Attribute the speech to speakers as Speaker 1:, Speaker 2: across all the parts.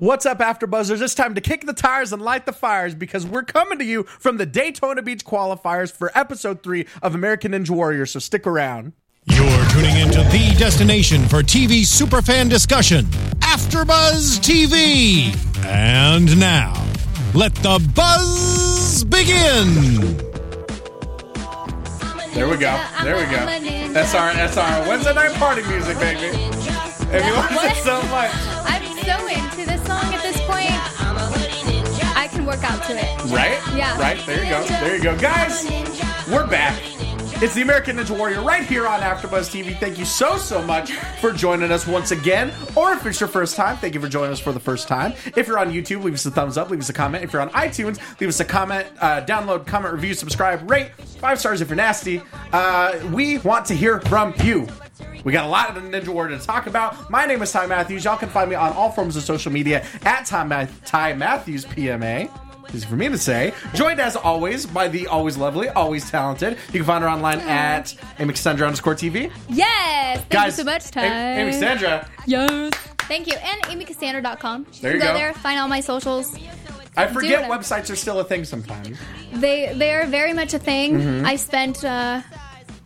Speaker 1: What's up, AfterBuzzers? It's time to kick the tires and light the fires because we're coming to you from the Daytona Beach qualifiers for Episode Three of American Ninja Warrior. So stick around.
Speaker 2: You're tuning into the destination for TV superfan discussion, AfterBuzz TV. And now, let the buzz begin.
Speaker 3: There we go. There we go. That's our that's our Wednesday night party music, baby.
Speaker 1: If you want
Speaker 3: What?
Speaker 1: it so much,
Speaker 4: I'm so into this song at this point. I can work out to it.
Speaker 3: Right?
Speaker 4: Yeah.
Speaker 3: Right. There you go. There you go, guys.
Speaker 1: we're back. It's the American Ninja Warrior right here on AfterBuzz TV. Thank you so so much for joining us once again. Or if it's your first time, thank you for joining us for the first time. If you're on YouTube, leave us a thumbs up, leave us a comment. If you're on iTunes, leave us a comment, uh, download, comment, review, subscribe, rate five stars if you're nasty. Uh, we want to hear from you. We got a lot of the Ninja Warrior to talk about. My name is Ty Matthews. Y'all can find me on all forms of social media at Ty, Ma- Ty Matthews PMA. Easy for me to say. Joined as always by the always lovely, always talented. You can find her online at amixsandra underscore TV.
Speaker 4: Yes. Thank you so much, Ty.
Speaker 1: Amy Sandra.
Speaker 4: Yes. Thank you. And amycassandra.com.
Speaker 1: There you
Speaker 4: go,
Speaker 1: go.
Speaker 4: there, find all my socials.
Speaker 1: I forget
Speaker 4: Dude.
Speaker 1: websites are still a thing sometimes.
Speaker 4: They they are very much a thing.
Speaker 1: Mm-hmm.
Speaker 4: I spent uh,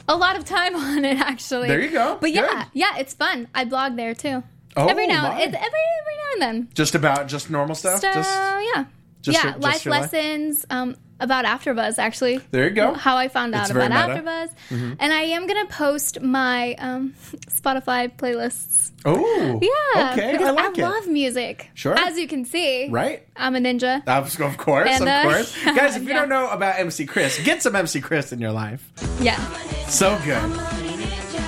Speaker 4: a lot of time on it actually.
Speaker 1: There you go.
Speaker 4: But yeah,
Speaker 1: Good.
Speaker 4: yeah, it's fun. I blog there too.
Speaker 1: Oh,
Speaker 4: every now
Speaker 1: my.
Speaker 4: it's every every now and then.
Speaker 1: Just about just normal stuff.
Speaker 4: So
Speaker 1: Just
Speaker 4: yeah,
Speaker 1: just
Speaker 4: yeah,
Speaker 1: your- just
Speaker 4: life
Speaker 1: your life?
Speaker 4: lessons um, about AfterBuzz actually.
Speaker 1: There you go.
Speaker 4: How I found out
Speaker 1: It's very
Speaker 4: about
Speaker 1: meta. Mm-hmm.
Speaker 4: AfterBuzz, and I am gonna post my um, Spotify playlists.
Speaker 1: oh
Speaker 4: Yeah,
Speaker 1: Okay,
Speaker 4: because
Speaker 1: I like it.
Speaker 4: love music.
Speaker 1: Sure.
Speaker 4: as you can see,
Speaker 1: Right. Ah.
Speaker 4: I'm a ninja.
Speaker 1: Of of course,
Speaker 4: And, uh,
Speaker 1: of course. Guys, if you
Speaker 4: yeah.
Speaker 1: don't know about MC Chris, get some MC Chris in your life.
Speaker 4: yeah,
Speaker 1: So good.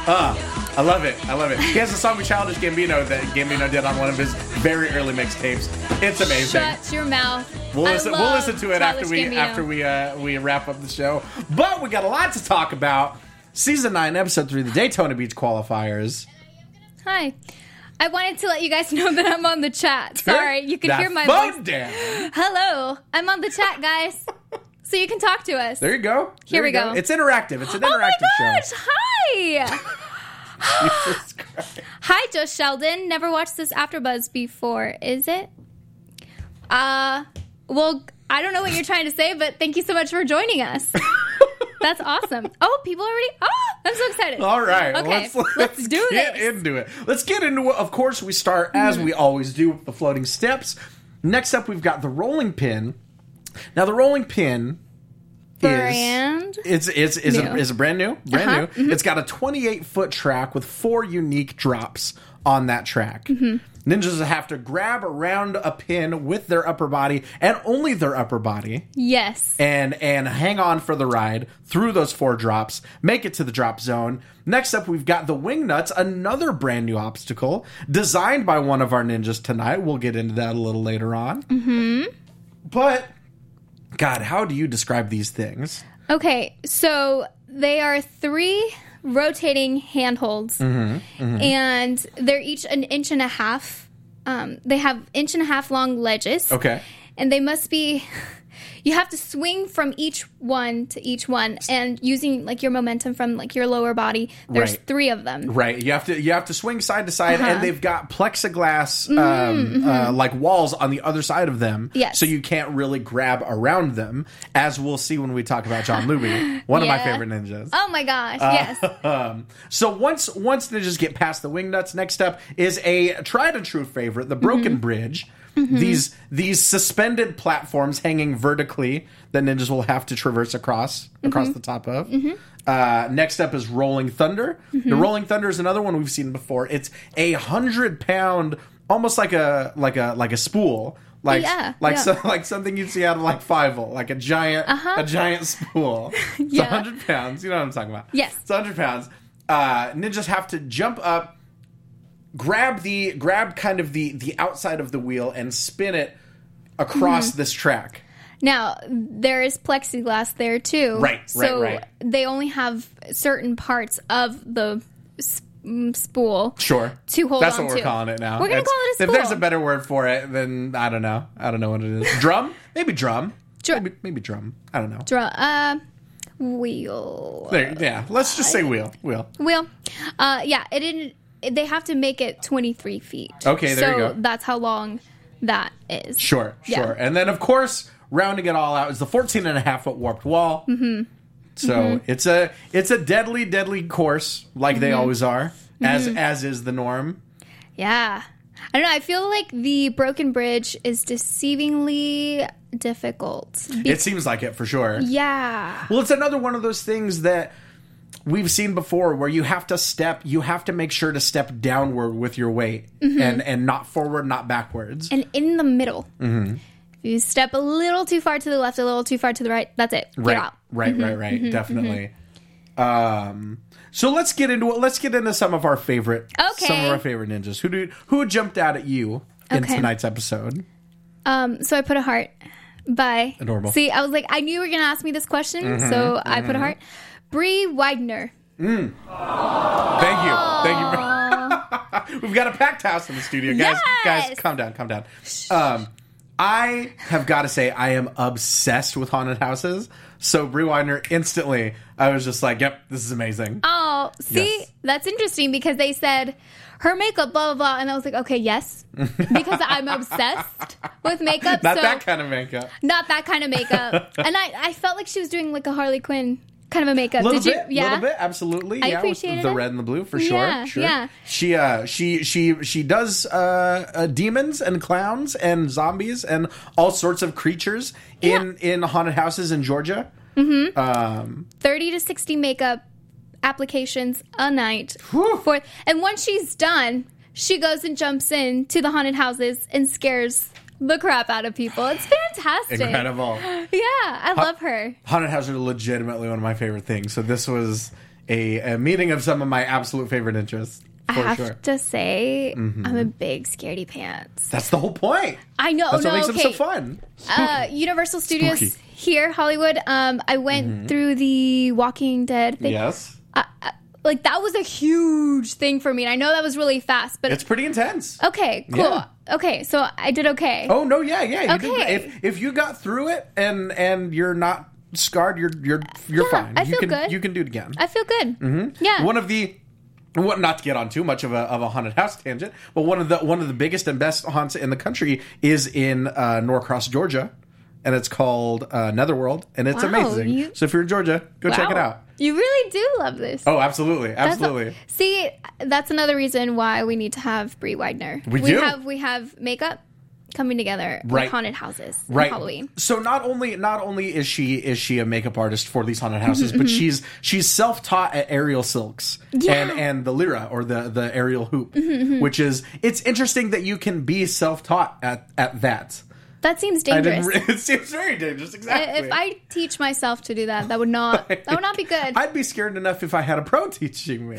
Speaker 1: Uh, I love it. I love it. He has a song with Childish Gambino that Gambino did on one of his very early mixtapes. It's amazing.
Speaker 4: shut your mouth.
Speaker 1: We'll
Speaker 4: I
Speaker 1: listen, we'll
Speaker 4: love
Speaker 1: listen to it after
Speaker 4: Childish
Speaker 1: we
Speaker 4: Gambino.
Speaker 1: after we uh, we wrap up the show. But we got a lot to talk about. Season nine, episode three, the Daytona Beach qualifiers.
Speaker 4: Hi. I wanted to let you guys know that I'm on the chat. Sorry, you can
Speaker 1: The
Speaker 4: hear my
Speaker 1: phone
Speaker 4: voice.
Speaker 1: down.
Speaker 4: Hello, I'm on the chat, guys. so you can talk to us.
Speaker 1: There you go. There
Speaker 4: Here
Speaker 1: you
Speaker 4: we go.
Speaker 1: It's interactive. It's an interactive
Speaker 4: oh my gosh!
Speaker 1: show.
Speaker 4: Hi,
Speaker 1: Jesus Christ.
Speaker 4: hi, Joe Sheldon. Never watched this AfterBuzz before, is it? Uh, well, I don't know what you're trying to say, but thank you so much for joining us. That's awesome. Oh, people already. Oh, I'm so excited.
Speaker 1: All right,
Speaker 4: Okay,
Speaker 1: let's, let's,
Speaker 4: do
Speaker 1: get
Speaker 4: this. Hmm.
Speaker 1: into it. Let's get into it. Of course, we start as we always do with the floating steps. Next up, we've got the rolling pin. Now, the rolling pin
Speaker 4: Brand.
Speaker 1: is it's it's is a,
Speaker 4: new.
Speaker 1: is a brand new, brand
Speaker 4: Uh-huh,
Speaker 1: new. It's got a 28 foot track with four unique drops on that track.
Speaker 4: Mm-hmm.
Speaker 1: Ninjas have to grab around a pin with their upper body and only their upper body
Speaker 4: Yes.
Speaker 1: and and hang on for the ride through those four drops make it to the drop zone next up we've got the wing nuts another brand new obstacle designed by one of our ninjas tonight we'll get into that a little later on mm-hmm. but god how do you describe these things
Speaker 4: Okay, so they are three rotating handholds,
Speaker 1: Mm-hmm,
Speaker 4: and they're each an inch and a half. Um, they have inch and a half long ledges,
Speaker 1: okay
Speaker 4: and they must be. You have to swing from each one to each one, and using like your momentum from like your lower body. There's
Speaker 1: Right.
Speaker 4: three of them.
Speaker 1: right you have to you have to swing side to side
Speaker 4: Uh-huh.
Speaker 1: and they've got plexiglass um, uh, like walls on the other side of them
Speaker 4: Mm-hmm, Yes.
Speaker 1: so you can't really grab around them as we'll see when we talk about john luby one of my
Speaker 4: Yeah.
Speaker 1: favorite ninjas
Speaker 4: Oh my gosh! yes,
Speaker 1: Um, so once once they just get past the wing nuts, next up is a tried and true favorite, the broken
Speaker 4: Mm-hmm.
Speaker 1: bridge. These these suspended platforms hanging vertically that ninjas will have to traverse across across
Speaker 4: Mm-hmm.
Speaker 1: the top of. Uh, next up is rolling thunder.
Speaker 4: Mm-hmm.
Speaker 1: The rolling thunder is another one we've seen before. It's a hundred pound, almost like a like a like a spool. Like,
Speaker 4: Yeah,
Speaker 1: like,
Speaker 4: yeah. Uh-huh.
Speaker 1: So, like something you'd see out of like Fievel, like a giant, a giant spool. It's
Speaker 4: Yeah.
Speaker 1: 100 pounds. You know what I'm talking about.
Speaker 4: Yes.
Speaker 1: It's 100 pounds. Uh, ninjas have to jump up, grab the grab kind of the the outside of the wheel and spin it across
Speaker 4: Mm-hmm.
Speaker 1: this track.
Speaker 4: Now there is plexiglass there too,
Speaker 1: Right, right,
Speaker 4: So
Speaker 1: right.
Speaker 4: they only have certain parts of the sp- mm, spool.
Speaker 1: Sure.
Speaker 4: To hold
Speaker 1: That's
Speaker 4: on
Speaker 1: what we're
Speaker 4: to.
Speaker 1: calling it now.
Speaker 4: We're gonna
Speaker 1: It's-
Speaker 4: call it a
Speaker 1: If there's a
Speaker 4: spool.
Speaker 1: better word for it, then I don't know. I don't know what it is. Drum? Maybe drum.
Speaker 4: Dru-
Speaker 1: Maybe, maybe drum. I don't know.
Speaker 4: Dra- uh, wheel,
Speaker 1: There, yeah. Let's just say wheel. Wheel.
Speaker 4: wheel. Uh, yeah, it didn't. They have to make it twenty three feet.
Speaker 1: Okay, there
Speaker 4: so
Speaker 1: you go.
Speaker 4: That's how long that is.
Speaker 1: Sure,
Speaker 4: Yeah.
Speaker 1: sure. And then, of course, rounding it all out is the 14 and a half foot warped wall. Mm-hmm. So it's a it's a deadly, deadly course, like they always are, as as is the norm.
Speaker 4: Yeah. I don't know. I feel like the broken bridge is deceivingly difficult. Be-
Speaker 1: It Mm-hmm. seems like it for sure.
Speaker 4: yeah.
Speaker 1: Well, it's another one of those things that we've seen before where you have to step, you have to make sure to step downward with your weight and and not forward, not backwards.
Speaker 4: And in the middle.
Speaker 1: Mm-hmm.
Speaker 4: If you step a little too far to the left, a little too far to the right, that's it. Get
Speaker 1: right,
Speaker 4: out.
Speaker 1: right,
Speaker 4: Mm-hmm,
Speaker 1: right, right, definitely. Um, so let's get into it. Let's get into some of our favorite, some
Speaker 4: Okay.
Speaker 1: of our favorite ninjas. Who do who jumped out at you in
Speaker 4: Okay.
Speaker 1: tonight's episode?
Speaker 4: Um, so I put a heart by.
Speaker 1: Adorable. Mm-hmm.
Speaker 4: See, I was like, I knew you were going to ask me this question, so I put a heart. Bree Widener.
Speaker 1: Thank you, thank you. We've got a packed house in the studio, guys. Guys,
Speaker 4: Yes.
Speaker 1: calm down, calm down. Um, I have got to say, I am obsessed with haunted houses. So Brie Widener, instantly, I was just like, "Yep, this is amazing."
Speaker 4: Oh, see,
Speaker 1: Yes.
Speaker 4: that's interesting because they said her makeup, blah, blah, blah. And I was like, okay, yes, because I'm obsessed with makeup.
Speaker 1: Not
Speaker 4: so
Speaker 1: that kind of makeup.
Speaker 4: not that kind of makeup. and I, I felt like she was doing like a Harley Quinn kind of a makeup.
Speaker 1: little
Speaker 4: Did you?
Speaker 1: bit,
Speaker 4: yeah.
Speaker 1: little bit, absolutely.
Speaker 4: I
Speaker 1: yeah, with
Speaker 4: appreciated
Speaker 1: the
Speaker 4: it.
Speaker 1: red and the blue for sure.
Speaker 4: Yeah,
Speaker 1: sure.
Speaker 4: yeah.
Speaker 1: She uh she she she does uh, uh demons and clowns and zombies and all sorts of creatures in in haunted houses in Georgia.
Speaker 4: 30 to 60 makeup applications a night.
Speaker 1: Whew.
Speaker 4: For, and once she's done, she goes and jumps in to the haunted houses and scares the crap out of people. It's fantastic.
Speaker 1: Incredible.
Speaker 4: Yeah, I love her.
Speaker 1: Haunted houses are legitimately one of my favorite things. So this was a, a meeting of some of my absolute favorite interests.
Speaker 4: I
Speaker 1: For
Speaker 4: have
Speaker 1: sure. Mm-hmm.
Speaker 4: to say, I'm a big scaredy pants.
Speaker 1: That's the whole point.
Speaker 4: I know.
Speaker 1: That's
Speaker 4: Oh, no,
Speaker 1: what makes
Speaker 4: okay.
Speaker 1: them so fun.
Speaker 4: Uh, Universal Studios
Speaker 1: Spooky. Mm-hmm.
Speaker 4: here, Hollywood. Um, I went through the Walking Dead thing.
Speaker 1: Yes.
Speaker 4: I- I- like that was a huge thing for me, and I know that was really fast, but
Speaker 1: It's pretty intense.
Speaker 4: okay, cool.
Speaker 1: Yeah.
Speaker 4: Okay, so I did okay.
Speaker 1: Oh no, yeah, yeah. You did
Speaker 4: Okay.
Speaker 1: great. if if you got through it and and you're not scarred, you're you're you're
Speaker 4: Yeah,
Speaker 1: fine.
Speaker 4: I
Speaker 1: you
Speaker 4: feel
Speaker 1: can
Speaker 4: good.
Speaker 1: you can do it again.
Speaker 4: I feel good. Mm-hmm. Yeah.
Speaker 1: one of the what not to get on too much of a of a haunted house tangent, but one of the one of the biggest and best haunts in the country is in uh, Norcross, Georgia, and it's called uh, Netherworld, and it's
Speaker 4: Wow,
Speaker 1: amazing.
Speaker 4: you-
Speaker 1: so if you're in Georgia, go check it
Speaker 4: Wow.
Speaker 1: out.
Speaker 4: You really do love this.
Speaker 1: Oh, absolutely,
Speaker 4: That's a-
Speaker 1: absolutely.
Speaker 4: see, that's another reason why we need to have Brie Widener.
Speaker 1: We do.
Speaker 4: have we have makeup coming together
Speaker 1: Right.
Speaker 4: with haunted houses and
Speaker 1: right
Speaker 4: Halloween.
Speaker 1: so not only not only is she is she a makeup artist for these haunted houses
Speaker 4: Mm-hmm,
Speaker 1: but she's she's self-taught at aerial silks and and the lyra or the the aerial hoop
Speaker 4: Mm-hmm,
Speaker 1: which is it's interesting that you can be self-taught at at that
Speaker 4: That seems
Speaker 1: I
Speaker 4: dangerous.
Speaker 1: didn't re- it seems very dangerous
Speaker 4: I-
Speaker 1: exactly
Speaker 4: if I teach myself to do that, that would not that would not be good. Uh,
Speaker 1: I'd be scared enough if I had a pro teaching me.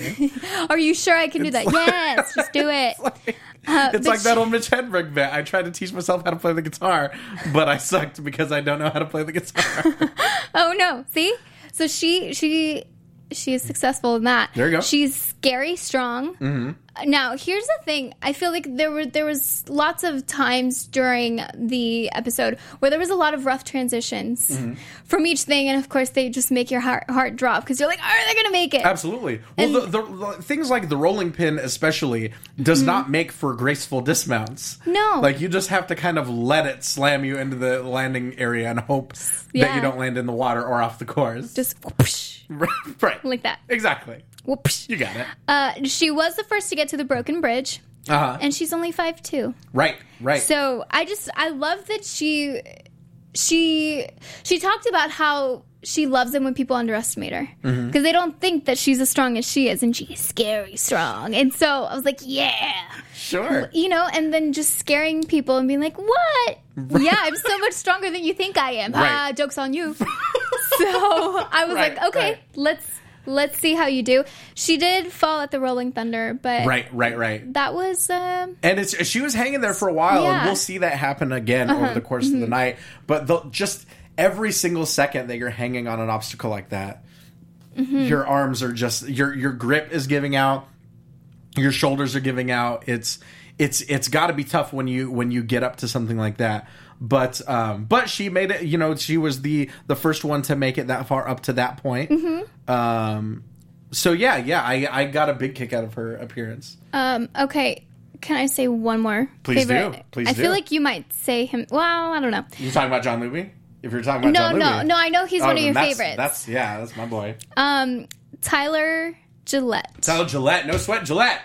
Speaker 4: Are you sure I can do that? yes, just do it.
Speaker 1: It's
Speaker 4: but
Speaker 1: like that
Speaker 4: she-
Speaker 1: old Mitch Hedberg bit. I tried to teach myself how to play the guitar, but I sucked because I don't know how to play the guitar.
Speaker 4: Oh no, see? So she she she is successful in that.
Speaker 1: There you go. Mm-hmm.
Speaker 4: She's scary strong. Now, here's the thing. I feel like there were there was lots of times during the episode where there was a lot of rough transitions
Speaker 1: Mm-hmm.
Speaker 4: from each thing and of course they just make your heart heart drop cuz you're like, "Are they going to make it?"
Speaker 1: Absolutely. Well, the, the, the things like the rolling pin, especially, does not make for graceful dismounts.
Speaker 4: Mm-hmm. No.
Speaker 1: like you just have to kind of let it slam you into the landing area and hope that
Speaker 4: Yeah.
Speaker 1: you don't land in the water or off the course.
Speaker 4: Just whoosh,
Speaker 1: right,
Speaker 4: like that.
Speaker 1: Exactly.
Speaker 4: Whoosh.
Speaker 1: You got it.
Speaker 4: Uh, she was the first to get to the broken bridge
Speaker 1: Uh huh.
Speaker 4: and she's only five two.
Speaker 1: Right. Right.
Speaker 4: So I just I love that she she she talked about how she loves it when people underestimate her because
Speaker 1: Mm-hmm.
Speaker 4: they don't think that she's as strong as she is, and she's scary strong. And so I was like, yeah,
Speaker 1: sure.
Speaker 4: you know. And then just scaring people and being like, what? Yeah, I'm so much stronger than you think I am.
Speaker 1: Right.
Speaker 4: Ah, jokes on you. so I was
Speaker 1: Right,
Speaker 4: like, okay,
Speaker 1: right.
Speaker 4: let's let's see how you do. She did fall at the Rolling Thunder, but
Speaker 1: Right. Right. Right.
Speaker 4: that was. Um,
Speaker 1: And it's she was hanging there for a while, and
Speaker 4: Yeah.
Speaker 1: we'll see that happen again over the course of the night. But the, just every single second that you're hanging on an obstacle like that, your arms are just your your grip is giving out, your shoulders are giving out. It's it's it's got to be tough when you when you get up to something like that. But um, but she made it. You know, she was the the first one to make it that far up to that point. Um, so yeah, yeah, I I got a big kick out of her appearance.
Speaker 4: Um, okay. Can I say one more?
Speaker 1: Please do.
Speaker 4: favorite?
Speaker 1: Please
Speaker 4: I
Speaker 1: do.
Speaker 4: feel like you might say him. Well, I don't know.
Speaker 1: You talking about John Luby? If you're talking about John
Speaker 4: No, no,
Speaker 1: Luby.
Speaker 4: no. I know he's
Speaker 1: Oh,
Speaker 4: one of
Speaker 1: then
Speaker 4: your
Speaker 1: that's-
Speaker 4: favorites.
Speaker 1: That's yeah, that's my boy.
Speaker 4: um, Tyler Gillette.
Speaker 1: Tyler Gillette, no sweat Gillette.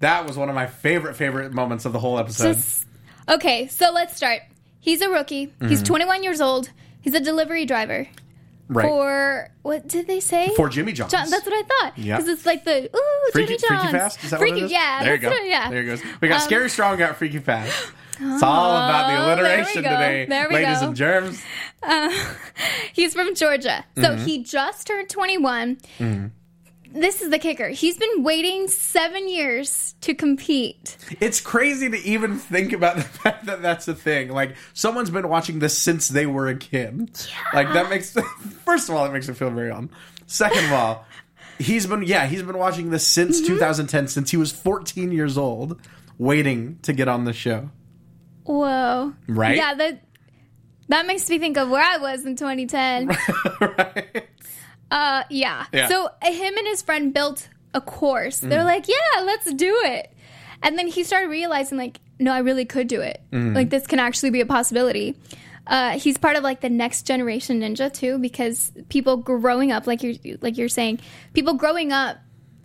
Speaker 1: That was one of my favorite favorite moments of the whole episode.
Speaker 4: Just- okay, so let's start. He's a rookie.
Speaker 1: Mm-hmm.
Speaker 4: He's 21 years old. He's a delivery driver
Speaker 1: right.
Speaker 4: for what did they say?
Speaker 1: For Jimmy John's.
Speaker 4: John, that's what I thought.
Speaker 1: Yeah.
Speaker 4: Because it's like the ooh
Speaker 1: Freaky,
Speaker 4: Jimmy John's.
Speaker 1: freaky fast? Is that
Speaker 4: freaky,
Speaker 1: what it is?
Speaker 4: yeah.
Speaker 1: There you
Speaker 4: that's
Speaker 1: go.
Speaker 4: what I- yeah.
Speaker 1: There it goes. We got
Speaker 4: Um,
Speaker 1: scary strong, got freaky fast. It's all about the
Speaker 4: Oh, there we
Speaker 1: alliteration
Speaker 4: go.
Speaker 1: today,
Speaker 4: There we
Speaker 1: ladies
Speaker 4: go.
Speaker 1: and germs.
Speaker 4: He's from Georgia. So he just turned 21. This is the kicker. He's been waiting seven years to compete.
Speaker 1: It's crazy to even think about the fact that that's a thing. Like someone's been watching this since they were a kid. Like that makes first of all, that makes me feel very old. Second of all, he's been yeah, he's been watching this since 2010, since he was 14 years old, waiting to get on the show.
Speaker 4: Whoa.
Speaker 1: Right?
Speaker 4: Yeah, that that makes me think of where I was in 2010.
Speaker 1: right?
Speaker 4: Uh, yeah.
Speaker 1: Yeah. Mm.
Speaker 4: So uh, him and his friend built a course. They're like, yeah, let's do it. And then he started realizing, like, no, I really could do it.
Speaker 1: Mm.
Speaker 4: Like, this can actually be a possibility. Uh, he's part of like the next generation ninja too, because people growing up, like you're like you're saying, people growing up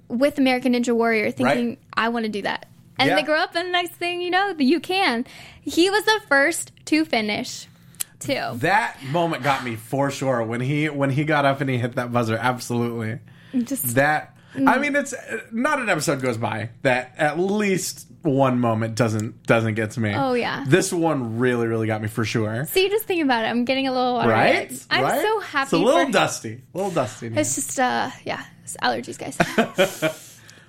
Speaker 4: with American Ninja Warrior, thinking
Speaker 1: Right.
Speaker 4: I want to do that, and
Speaker 1: Yeah.
Speaker 4: they grow up, and the next thing you know, you can. He was the first to finish, too.
Speaker 1: That moment got me for sure when he when he got up and he hit that buzzer. Absolutely.
Speaker 4: Just
Speaker 1: That I mean, it's not an episode goes by that at least one moment doesn't doesn't get to me.
Speaker 4: Oh, yeah.
Speaker 1: this one really really got me for sure.
Speaker 4: See, just think about it. I'm getting a little watery.
Speaker 1: Right?
Speaker 4: I'm
Speaker 1: Right?
Speaker 4: so happy.
Speaker 1: It's a little
Speaker 4: for-
Speaker 1: dusty, a little dusty. in here.
Speaker 4: It's just, uh, yeah, it's allergies, guys.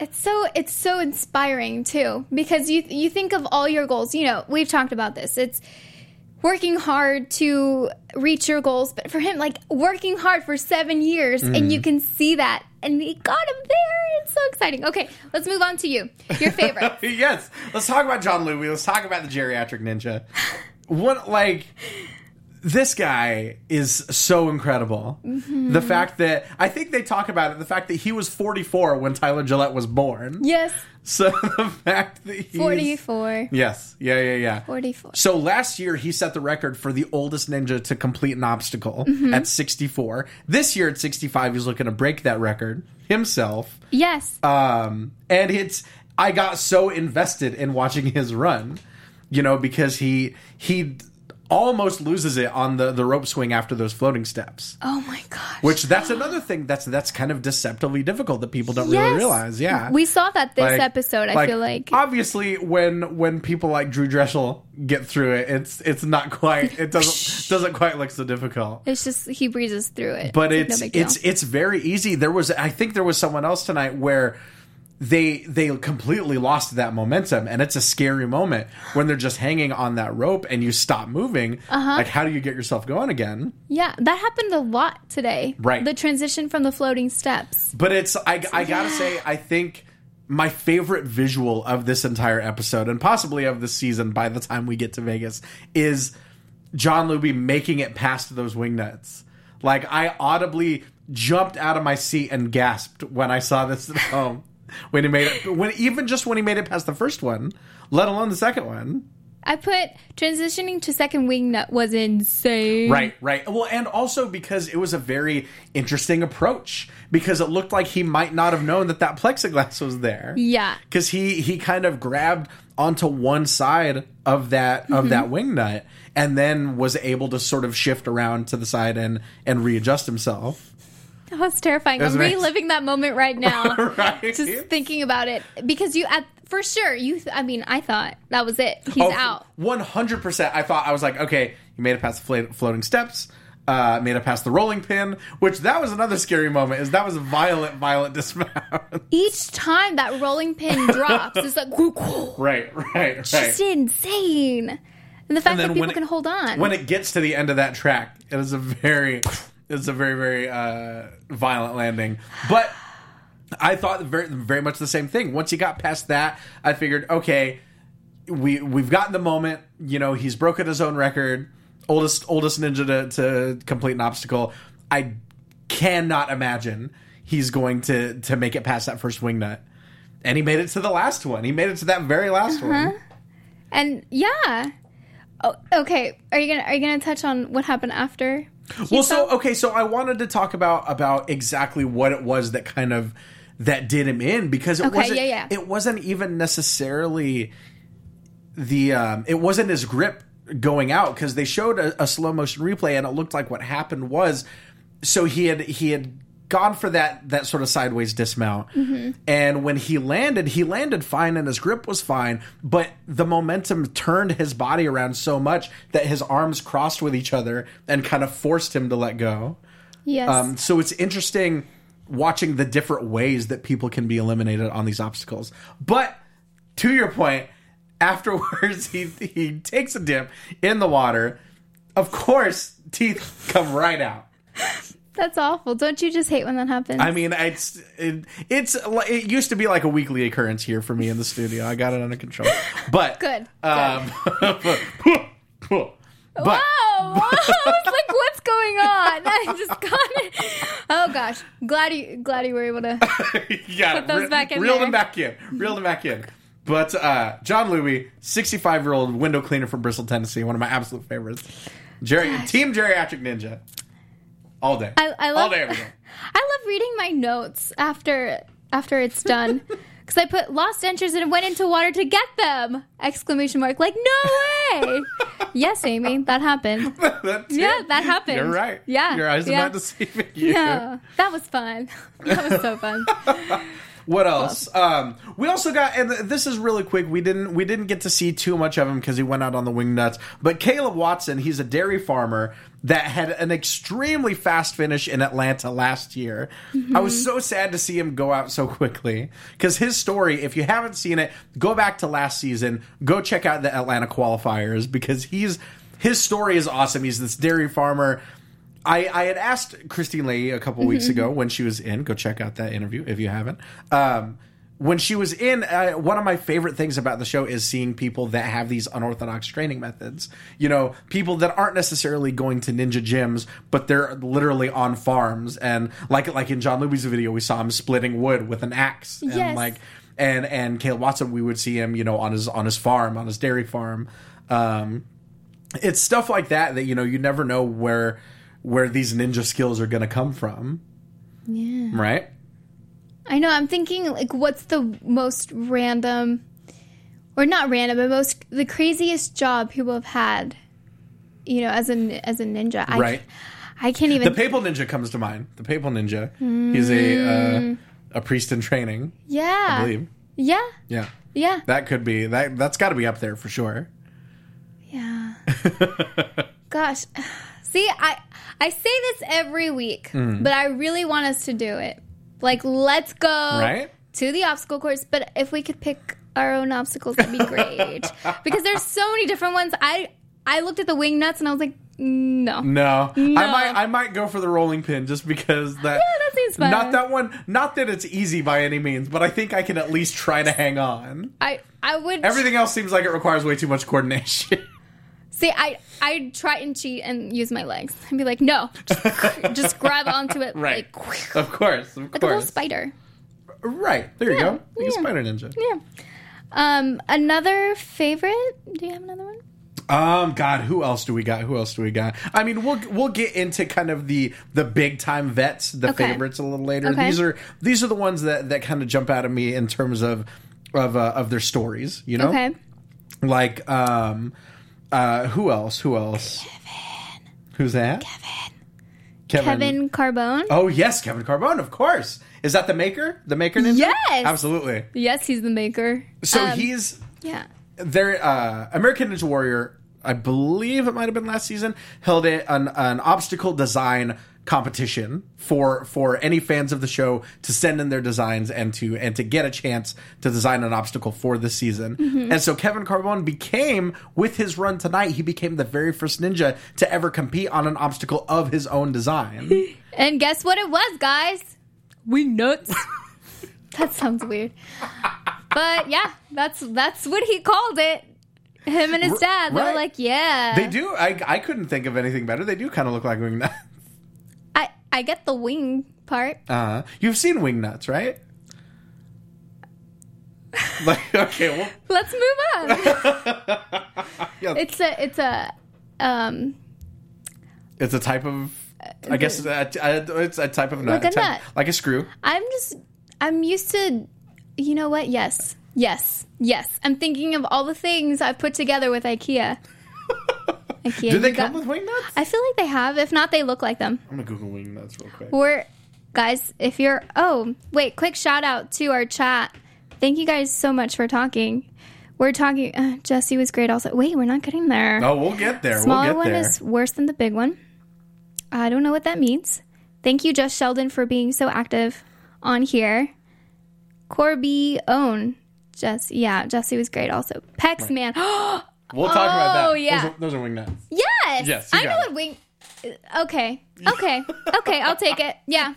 Speaker 4: it's so it's so inspiring too because you you think of all your goals. You know, we've talked about this. It's working hard to reach your goals, but for him, like working hard for seven years, and
Speaker 1: Mm.
Speaker 4: you can see that, and he got him there. It's so exciting. Okay, let's move on to you. Your favorite.
Speaker 1: yes. Let's talk about John Luby. Let's talk about the geriatric ninja. What like this guy is so incredible.
Speaker 4: Mm-hmm.
Speaker 1: The fact that I think they talk about it, the fact that he was 44 when Tyler Gillette was born.
Speaker 4: yes,
Speaker 1: So the fact that he's
Speaker 4: 44.
Speaker 1: Yes. Yeah, yeah, yeah.
Speaker 4: 44.
Speaker 1: So last year he set the record for the oldest ninja to complete an obstacle
Speaker 4: Mm-hmm.
Speaker 1: at 64. This year at 65 he's looking to break that record himself.
Speaker 4: Yes.
Speaker 1: Um, and it's I got so invested in watching his run, you know, because he he almost loses it on the the rope swing after those floating steps.
Speaker 4: oh my gosh.
Speaker 1: Which that's another thing that's that's kind of deceptively difficult that people don't really
Speaker 4: Yes.
Speaker 1: realize. Yeah. uh,
Speaker 4: We saw that this episode, I feel like.
Speaker 1: obviously when when people like Drew Dreschel get through it, it's it's not quite it doesn't doesn't quite look so difficult.
Speaker 4: It's just he breezes through it.
Speaker 1: but
Speaker 4: like,
Speaker 1: it's
Speaker 4: no big deal.
Speaker 1: it's it's very easy. There was I think there was someone else tonight where they they completely lost that momentum and it's a scary moment when they're just hanging on that rope and you stop moving.
Speaker 4: Uh-huh.
Speaker 1: Like how do you get yourself going again?
Speaker 4: yeah, that happened a lot today.
Speaker 1: Right.
Speaker 4: the transition from the floating steps.
Speaker 1: But it's I I gotta say I think my favorite visual of this entire episode and possibly of the season by the time we get to Vegas is John Luby making it past those wingnuts. Like I audibly jumped out of my seat and gasped when I saw this at home. When he made it, when even just when he made it past the first one, let alone the second one.
Speaker 4: I put transitioning to second wingnut was insane.
Speaker 1: Right, right. Well, and also because it was a very interesting approach because it looked like he might not have known that that plexiglass was there.
Speaker 4: Yeah.
Speaker 1: because he he kind of grabbed onto one side of that
Speaker 4: Mm-hmm.
Speaker 1: of that wing nut and then was able to sort of shift around to the side and and readjust himself
Speaker 4: That was terrifying.
Speaker 1: That's
Speaker 4: I'm
Speaker 1: amazing.
Speaker 4: reliving that moment right now.
Speaker 1: Right?
Speaker 4: Just thinking about it because you at for sure you. Th- I mean, I thought that was it. He's
Speaker 1: Oh.
Speaker 4: out.
Speaker 1: 100% i thought i was like okay he made it past the fla- floating steps uh, made it past the rolling pin, which that was another scary moment. Is that was a violent, violent dismount.
Speaker 4: Each time that rolling pin drops, it's like whoo, whoo.
Speaker 1: right, right,
Speaker 4: just insane. And the fact that people
Speaker 1: it-
Speaker 4: can hold on.
Speaker 1: When it gets to the end of that track, it is a very, it's a very very uh, violent landing. But I thought very very much the same thing. Once he got past that, I figured, okay, we we've gotten the moment. You know, he's broken his own record, oldest oldest ninja to, to complete an obstacle. I cannot imagine he's going to to make it past that first wingnut. And he made it to the last one. He made it to that very last one.
Speaker 4: And yeah. Oh, okay. Are you gonna are you gonna touch on what happened after?
Speaker 1: Well, so
Speaker 4: felt-
Speaker 1: okay, so I wanted to talk about about exactly what it was that kind of that did him in because it
Speaker 4: Okay,
Speaker 1: wasn't
Speaker 4: yeah, yeah.
Speaker 1: it wasn't even necessarily the um it wasn't his grip going out because they showed a, a slow motion replay and it looked like what happened was so he had he had gone for that that sort of sideways dismount and when he landed he landed fine and his grip was fine but the momentum turned his body around so much that his arms crossed with each other and kind of forced him to let go
Speaker 4: Yes.
Speaker 1: um, so it's interesting watching the different ways that people can be eliminated on these obstacles. But to your point, afterwards he he takes a dip in the water. Of course, teeth come right out.
Speaker 4: That's awful. Don't you just hate when that happens?
Speaker 1: I mean, it's it, it's li- it used to be like a weekly occurrence here for me in the studio. I got it under control. But
Speaker 4: Good.
Speaker 1: Um, but
Speaker 4: Whoa! whoa. I was like, what's going on? I just got it. Oh gosh. Glad you glad you were able to
Speaker 1: Yeah,
Speaker 4: Put those back in
Speaker 1: Reeled
Speaker 4: there.
Speaker 1: them back in. Reeled them back in. But uh, John Luby, 65 year old window cleaner from Bristol, Tennessee, one of my absolute favorites. Jerry, Team Geriatric Ninja. All day.
Speaker 4: I, I love
Speaker 1: All day, every day.
Speaker 4: I love reading my notes after after it's done because I put lost entries and went into water to get them! Exclamation mark! Like no way! yes, Amy, that happened.
Speaker 1: That's
Speaker 4: Yeah,
Speaker 1: it.
Speaker 4: that happened.
Speaker 1: You're right.
Speaker 4: Yeah,
Speaker 1: Your eyes
Speaker 4: yeah.
Speaker 1: are not deceiving you.
Speaker 4: Yeah, that was fun. That was so fun.
Speaker 1: What else? Um, we also got, and th- this is really quick. We didn't we didn't get to see too much of him because he went out on the wing nuts. But Caleb Watson, he's a dairy farmer that had an extremely fast finish in Atlanta last year. I was so sad to see him go out so quickly because his story. If you haven't seen it, go back to last season. Go check out the Atlanta qualifiers because he's his story is awesome. He's this dairy farmer. I, I had asked Christine Leahy a couple weeks ago when she was in. Go check out that interview if you haven't. Um, when she was in, uh, one of my favorite things about the show is seeing people that have these unorthodox training methods. You know, people that aren't necessarily going to ninja gyms, but they're literally on farms. And like like in John Luby's video, we saw him splitting wood with an axe. And
Speaker 4: Yes.
Speaker 1: like and and Caleb Watson, we would see him, you know, on his on his farm, on his dairy farm. Um, it's stuff like that that you know you never know where where these ninja skills are going to come from
Speaker 4: Yeah.
Speaker 1: right
Speaker 4: I know. I'm thinking like, what's the most random, or not random, but most the craziest job people have had, you know, as a as a ninja. I,
Speaker 1: right
Speaker 4: I can't even.
Speaker 1: the papal ninja comes to mind the papal ninja
Speaker 4: Hmm.
Speaker 1: he's a uh, a priest in training
Speaker 4: yeah.
Speaker 1: i believe
Speaker 4: Yeah.
Speaker 1: yeah
Speaker 4: Yeah.
Speaker 1: that could be that that's got to be up there for sure
Speaker 4: Yeah. Gosh. See, I I say this every week,
Speaker 1: Mm.
Speaker 4: but I really want us to do it. Like, let's go
Speaker 1: Right?
Speaker 4: to the obstacle course. But if we could pick our own obstacles, that'd be great. because there's so many different ones. I I looked at the wing nuts and I was like, no.
Speaker 1: no. i
Speaker 4: No.
Speaker 1: might i might go for the rolling pin just because that
Speaker 4: Yeah, that seems fun.
Speaker 1: not that one not that it's easy by any means but i think i can at least try to hang on
Speaker 4: I I would
Speaker 1: everything else seems like it requires way too much coordination
Speaker 4: see. I I try and cheat and use my legs and be like, no, just, just grab onto it
Speaker 1: Right.
Speaker 4: like, quick,
Speaker 1: of course of
Speaker 4: like a little
Speaker 1: course
Speaker 4: spider.
Speaker 1: right there you
Speaker 4: Yeah,
Speaker 1: go like a
Speaker 4: yeah.
Speaker 1: spider ninja
Speaker 4: Yeah. Um, another favorite? Do you have another one?
Speaker 1: Um, God, who else do we got? Who else do we got? I mean, we'll we'll get into kind of the the big time vets, the
Speaker 4: Okay.
Speaker 1: favorites a little later.
Speaker 4: Okay.
Speaker 1: These are these are the ones that that kind of jump out at me in terms of of uh, of their stories. You know,
Speaker 4: Okay.
Speaker 1: like um, uh, who else? Who else? Kevin. Who's that? Kevin.
Speaker 4: Kevin Carbone.
Speaker 1: Oh yes, Kevin Carbone. Of course. Is that the maker? The maker? Ninja?
Speaker 4: Yes.
Speaker 1: Absolutely.
Speaker 4: Yes, he's the maker.
Speaker 1: So
Speaker 4: Um,
Speaker 1: he's
Speaker 4: yeah.
Speaker 1: their uh, American Ninja Warrior, I believe it might have been last season, held a, an an obstacle design competition for for any fans of the show to send in their designs and to and to get a chance to design an obstacle for the season. And so Kevin Carbone became with his run tonight, he became the very first ninja to ever compete on an obstacle of his own design.
Speaker 4: And guess what it was, guys? We nuts. that sounds weird. But yeah, that's that's what he called it. Him and his
Speaker 1: R-
Speaker 4: dad. They're
Speaker 1: right.
Speaker 4: like, yeah.
Speaker 1: they do I I couldn't think of anything better. They do kind of look like wing nuts.
Speaker 4: I I get the wing part.
Speaker 1: Uh, you've seen wing nuts, right? Like, okay, well,
Speaker 4: Let's move on.
Speaker 1: yeah, it's,
Speaker 4: It's a it's a um
Speaker 1: a type of. I guess it's a, a- it's a type of nut,
Speaker 4: Uh, Like a
Speaker 1: type-
Speaker 4: nut.
Speaker 1: like a screw.
Speaker 4: I'm just I'm used to you know what? Yes. Yes. Yes. I'm thinking of all the things I've put together with IKEA. IKEA.
Speaker 1: Do they
Speaker 4: you
Speaker 1: come
Speaker 4: got-
Speaker 1: with wing nuts?
Speaker 4: I feel like they have. If not, they look like them.
Speaker 1: I'm gonna Google wing nuts real quick.
Speaker 4: Or guys, if you're oh, wait, quick shout out to our chat. Thank you guys so much for talking. We're talking uh, Jesse was great also. Wait, we're not getting there.
Speaker 1: Oh, we'll get there. we'll
Speaker 4: Smaller
Speaker 1: get
Speaker 4: one
Speaker 1: there.
Speaker 4: is worse than the big one. I don't know what that means. Thank you, Just Sheldon, for being so active on here. Corby own. Jess, yeah, Jesse was great also. Pex man.
Speaker 1: We'll talk about that.
Speaker 4: Oh, yeah.
Speaker 1: Those are, those are wing nuts.
Speaker 4: yes!
Speaker 1: Yes, you
Speaker 4: I know
Speaker 1: got it.
Speaker 4: what wing. Okay. Okay. Okay, I'll take it. Yeah.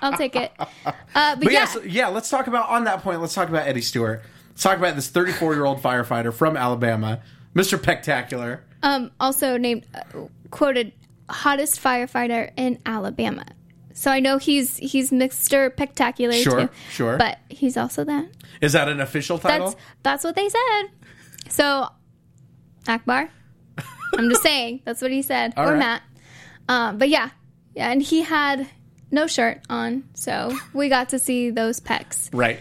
Speaker 4: I'll take it. Uh, but,
Speaker 1: But yeah,
Speaker 4: yeah.
Speaker 1: yeah, so, yeah, let's talk about on that point. Let's talk about Eddie Stewart. Let's talk about this 34 year old firefighter from Alabama, Mr. Pectacular.
Speaker 4: um, also named uh, quoted hottest firefighter in Alabama. So I know he's he's Mr. Spectacular
Speaker 1: Sure,
Speaker 4: too.
Speaker 1: sure.
Speaker 4: But he's also that.
Speaker 1: Is that an official title?
Speaker 4: That's that's what they said. So Akbar, I'm just saying that's what he said
Speaker 1: All
Speaker 4: or
Speaker 1: right.
Speaker 4: Matt. Uh, but yeah, yeah, and he had no shirt on, so we got to see those pecs.
Speaker 1: right.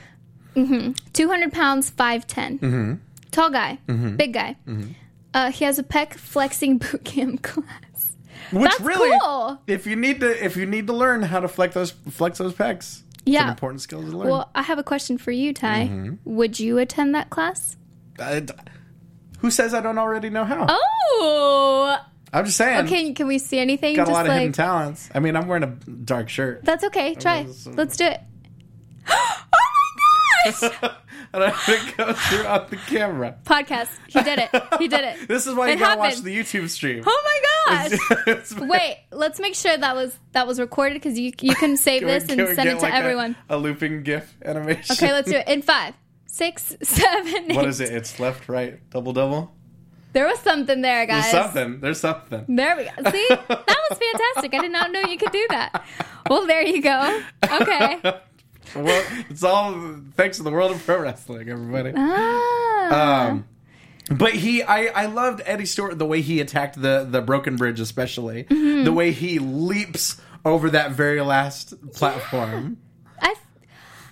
Speaker 4: 200 pounds, 5'10.
Speaker 1: Mm-hmm.
Speaker 4: Tall guy, big guy. Uh, he has a pec flexing boot camp class.
Speaker 1: Which
Speaker 4: That's
Speaker 1: really,
Speaker 4: cool.
Speaker 1: if you need to, if you need to learn how to flex those flex those pecs, it's an
Speaker 4: Yeah.
Speaker 1: important Mm-hmm. skill to learn.
Speaker 4: Well, I have a question for you, Ty. Would you attend that class?
Speaker 1: I- who says I don't already know how?
Speaker 4: Oh,
Speaker 1: I'm just saying.
Speaker 4: can can we see anything?
Speaker 1: Got a
Speaker 4: Just
Speaker 1: lot of
Speaker 4: like
Speaker 1: hidden talents. I mean, I'm wearing a dark shirt.
Speaker 4: that's okay. Try.
Speaker 1: this is-
Speaker 4: Let's do it. oh my gosh!
Speaker 1: And I'm gonna go throughout the camera.
Speaker 4: Podcast. He did it. He did it.
Speaker 1: This is why you
Speaker 4: It
Speaker 1: gotta watch
Speaker 4: happened.
Speaker 1: the YouTube stream.
Speaker 4: Oh my gosh!
Speaker 1: It's-
Speaker 4: Wait, let's make sure that was that was recorded because you you can save
Speaker 1: Can we-
Speaker 4: this and
Speaker 1: can we
Speaker 4: send
Speaker 1: get
Speaker 4: it to
Speaker 1: like a-
Speaker 4: everyone.
Speaker 1: A, looping GIF animation.
Speaker 4: Okay, let's do it in five, six, seven, eight.
Speaker 1: What is it? It's left, right, double, double.
Speaker 4: There was something there, guys.
Speaker 1: There's something. There's something.
Speaker 4: There we go. See, that was fantastic. I did not know you could do that. Well, there you go. Okay.
Speaker 1: Well, it's all thanks to the world of pro wrestling, everybody.
Speaker 4: Uh-huh. Ah.
Speaker 1: Um, but he, I, I loved Eddie Stewart the way he attacked the the broken bridge, especially the way he leaps over that very last platform.
Speaker 4: I,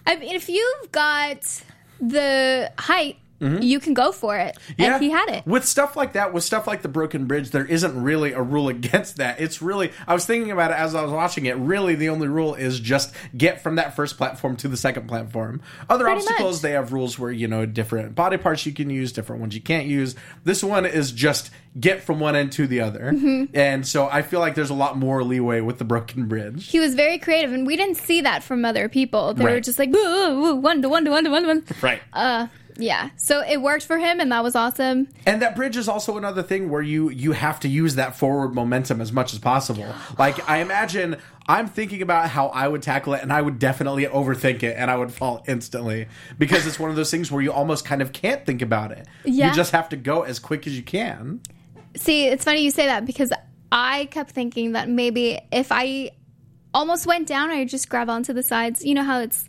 Speaker 4: I mean, if you've got the height,
Speaker 1: Mm-hmm.
Speaker 4: you can go for it. And he had it.
Speaker 1: With stuff like that, with stuff like the broken bridge, there isn't really a rule against that. It's really, I was thinking about it as I was watching it. Really, the only rule is just get from that first platform to the second platform. Other
Speaker 4: Pretty
Speaker 1: obstacles,
Speaker 4: much.
Speaker 1: they have rules where, you know, different body parts you can use, different ones you can't use. This one is just get from one end to the other.
Speaker 4: Mm-hmm.
Speaker 1: And so I feel like there's a lot more leeway with the broken bridge.
Speaker 4: He was very creative, and we didn't see that from other people. They were
Speaker 1: Right.
Speaker 4: just like, "Woo, woo, woo, one to one to one to one to one.
Speaker 1: Right.
Speaker 4: Yeah. So it worked for him, and that was awesome.
Speaker 1: And that bridge is also another thing where you you have to use that forward momentum as much as possible. Like I imagine I'm thinking about how I would tackle it and I would definitely overthink it and I would fall instantly because it's one of those things where you almost kind of can't think about it.
Speaker 4: Yeah.
Speaker 1: You just have to go as quick as you can.
Speaker 4: See, it's funny you say that because I kept thinking that maybe if I almost went down, I would just grab onto the sides. You know how it's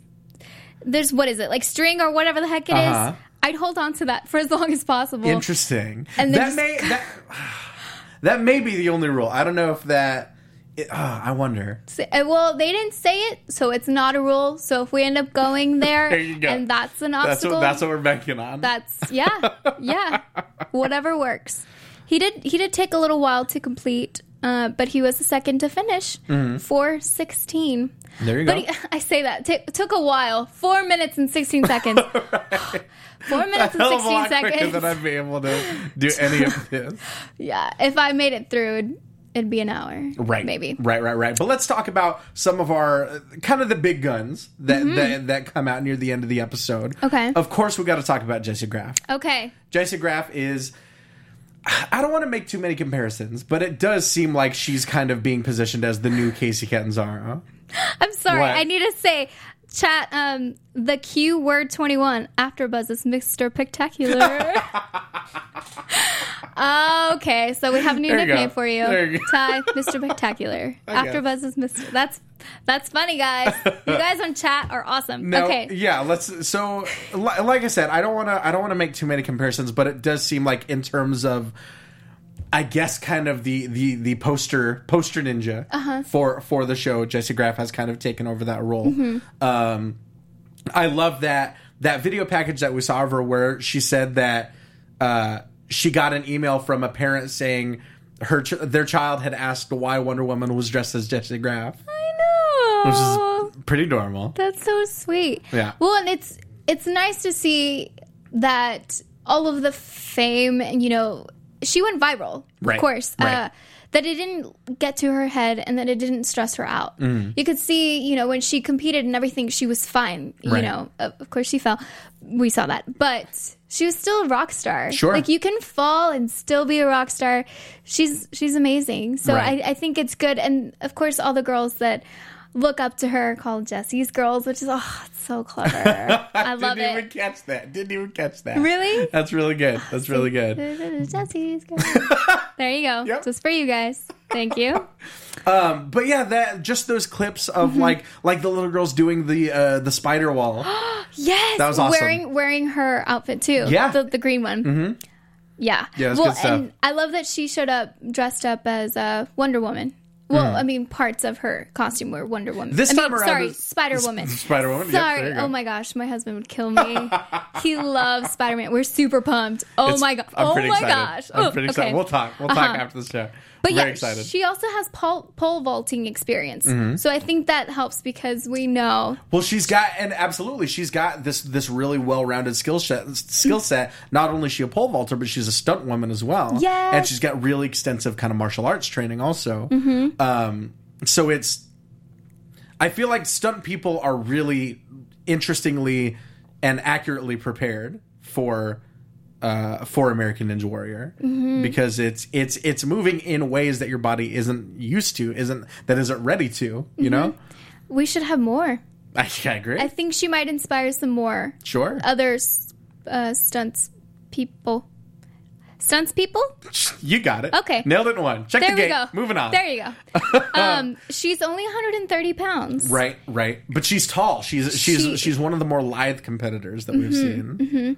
Speaker 4: there's what is it like string or whatever the heck it is.
Speaker 1: Uh-huh.
Speaker 4: I'd hold on to that for as long as possible.
Speaker 1: Interesting.
Speaker 4: And
Speaker 1: that
Speaker 4: then
Speaker 1: may
Speaker 4: just-
Speaker 1: that, that may be the only rule. I don't know if that it, uh, I wonder.
Speaker 4: Say- uh, Well, they didn't say it, so it's not a rule. So if we end up going there,
Speaker 1: There you go.
Speaker 4: and that's an
Speaker 1: That's
Speaker 4: obstacle,
Speaker 1: what that's what we're banking on.
Speaker 4: That's yeah, yeah. Whatever works. He did. He did take a little while to complete, uh, but he was the second to finish
Speaker 1: Mm-hmm.
Speaker 4: for sixteen.
Speaker 1: there you go.
Speaker 4: But he, I say that t- took a while. Four minutes and sixteen seconds. Four minutes and
Speaker 1: Hell of a
Speaker 4: sixteen
Speaker 1: lot quicker than
Speaker 4: seconds.
Speaker 1: I'd be able to do any of this.
Speaker 4: Yeah, if I made it through, it'd, it'd be an hour.
Speaker 1: Right.
Speaker 4: maybe.
Speaker 1: Right, right, right. But let's talk about some of our uh, kind of the big guns that that, that come out near the end of the episode.
Speaker 4: Mm-hmm. Okay.
Speaker 1: Of course, we got to talk about Jesse Graff.
Speaker 4: Okay.
Speaker 1: Jesse Graff is. I don't want to make too many comparisons, but it does seem like she's kind of being positioned as the new Casey Catanzaro.
Speaker 4: I'm sorry.
Speaker 1: What?
Speaker 4: I need to say Chat, um, the Q word 21. After Buzz is Mr. Spectacular. okay, so we have a new
Speaker 1: There you
Speaker 4: nickname
Speaker 1: go.
Speaker 4: for you.
Speaker 1: There you go.
Speaker 4: Ty, Mr. Spectacular. After Buzz is Mr. That's that's funny, guys. You guys on chat are awesome.
Speaker 1: Now,
Speaker 4: okay.
Speaker 1: Yeah, let's. So, li- like I said, I don't want to. I don't want to make too many comparisons, but it does seem like in terms of, I guess, kind of the the the poster poster ninja for for the show. Jesse Graff has kind of taken over that role. Um, I love that that video package that we saw of her where she said that uh, she got an email from a parent saying. Her ch- their child had asked why Wonder Woman was dressed as Jesse Graff.
Speaker 4: I know.
Speaker 1: Pretty normal.
Speaker 4: That's so sweet.
Speaker 1: Yeah.
Speaker 4: Well, and it's it's nice to see that all of the fame and you know she went viral,
Speaker 1: Right.
Speaker 4: of course.
Speaker 1: Right.
Speaker 4: Uh, that it didn't get to her head and that it didn't stress her out.
Speaker 1: Mm.
Speaker 4: You could see, you know, when she competed and everything, she was fine.
Speaker 1: Right.
Speaker 4: You know, of of course she fell. We saw that, but she was still a rock star.
Speaker 1: Sure.
Speaker 4: Like you can fall and still be a rock star. She's she's amazing. So
Speaker 1: Right.
Speaker 4: I, I think it's good. And of course, all the girls that look up to her call Jessie's girls, which is oh, it's so clever. I love
Speaker 1: Didn't even
Speaker 4: it.
Speaker 1: catch that. Didn't even catch that.
Speaker 4: Really?
Speaker 1: That's really good. That's really good.
Speaker 4: Jessie's girls. there you go.
Speaker 1: Yep.
Speaker 4: Just for you guys. Thank you.
Speaker 1: But yeah, that just those clips of
Speaker 4: Mm-hmm.
Speaker 1: like like the little girls doing the uh the spider wall.
Speaker 4: Oh Yes,
Speaker 1: That was awesome.
Speaker 4: Wearing wearing her outfit too.
Speaker 1: Yeah.
Speaker 4: the, the green one. Mm-hmm. Yeah,
Speaker 1: Yeah, that's
Speaker 4: Well,
Speaker 1: good stuff.
Speaker 4: and I love that she showed up dressed up as uh, Wonder Woman. Well, I mean, parts of her costume were Wonder Woman.
Speaker 1: Mm. This
Speaker 4: I
Speaker 1: time
Speaker 4: mean,
Speaker 1: around
Speaker 4: sorry,
Speaker 1: it's-
Speaker 4: Spider Woman.
Speaker 1: Spider Woman.
Speaker 4: Sorry. oh my gosh, my husband would kill me. he loves Spider Man. We're super pumped. Oh my god.
Speaker 1: I'm
Speaker 4: oh my
Speaker 1: pretty excited.
Speaker 4: gosh.
Speaker 1: I'm
Speaker 4: Oh,
Speaker 1: pretty
Speaker 4: okay. Uh-huh.
Speaker 1: excited. We'll talk. We'll talk after the show.
Speaker 4: But
Speaker 1: I'm very
Speaker 4: yeah,
Speaker 1: excited. Mm-hmm.
Speaker 4: she also has pole, pole vaulting experience, so I think that helps because we know
Speaker 1: well, she's got and absolutely she's got this this really well rounded skill set skill set. Not only is she a pole vaulter, but she's a stunt woman as well.
Speaker 4: Yes.
Speaker 1: And she's got really extensive kind of martial arts training also.
Speaker 4: Mm-hmm.
Speaker 1: Um so it's I feel like stunt people are really interestingly and accurately prepared for uh, for American Ninja Warrior
Speaker 4: Mm-hmm.
Speaker 1: because it's it's it's moving in ways that your body isn't used to, isn't that isn't ready to. You know,
Speaker 4: we should have more.
Speaker 1: I, I agree.
Speaker 4: Mm-hmm. I think she might inspire some more
Speaker 1: sure.
Speaker 4: other s- uh, stunts people. Stunts people?
Speaker 1: You got it.
Speaker 4: Okay.
Speaker 1: Nailed it in one. Check the
Speaker 4: There we
Speaker 1: gate.
Speaker 4: go.
Speaker 1: Moving on.
Speaker 4: There you go. um, she's only 130 pounds.
Speaker 1: Right, right. But she's tall. She's she's
Speaker 4: She- Mm-hmm.
Speaker 1: she's one of the more lithe competitors that we've seen.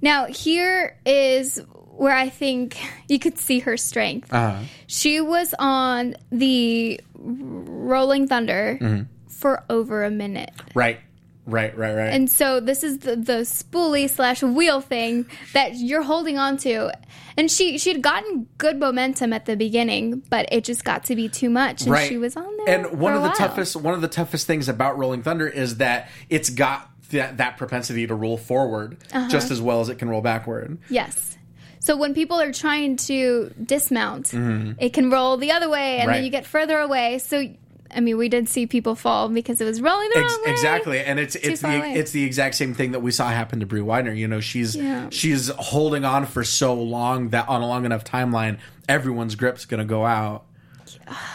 Speaker 4: Now, here is where I think you could see her strength.
Speaker 1: Uh-huh.
Speaker 4: She was on the Rolling Thunder
Speaker 1: Mm-hmm.
Speaker 4: for over a minute.
Speaker 1: Right. Right, right, right.
Speaker 4: And so this is the, the spoolie slash wheel thing that you're holding on to. And she she'd gotten good momentum at the beginning, but it just got to be too much. And she was on there.
Speaker 1: And
Speaker 4: for
Speaker 1: one
Speaker 4: a
Speaker 1: of the
Speaker 4: while.
Speaker 1: toughest one of the toughest things about Rolling Thunder is that it's got that, that propensity to roll forward
Speaker 4: Uh-huh.
Speaker 1: just as well as it can roll backward.
Speaker 4: Yes. So when people are trying to dismount, it can roll the other way and
Speaker 1: Mm-hmm. Right.
Speaker 4: then you get further away. So I mean, we did see people fall because it was rolling the
Speaker 1: Ex-
Speaker 4: wrong way.
Speaker 1: exactly, and it's it's
Speaker 4: far
Speaker 1: the
Speaker 4: away.
Speaker 1: it's the exact same thing that we saw happen to Brie Weiner. You know, she's
Speaker 4: Yeah.
Speaker 1: she's holding on for so long that on a long enough timeline, everyone's grip's going to go out.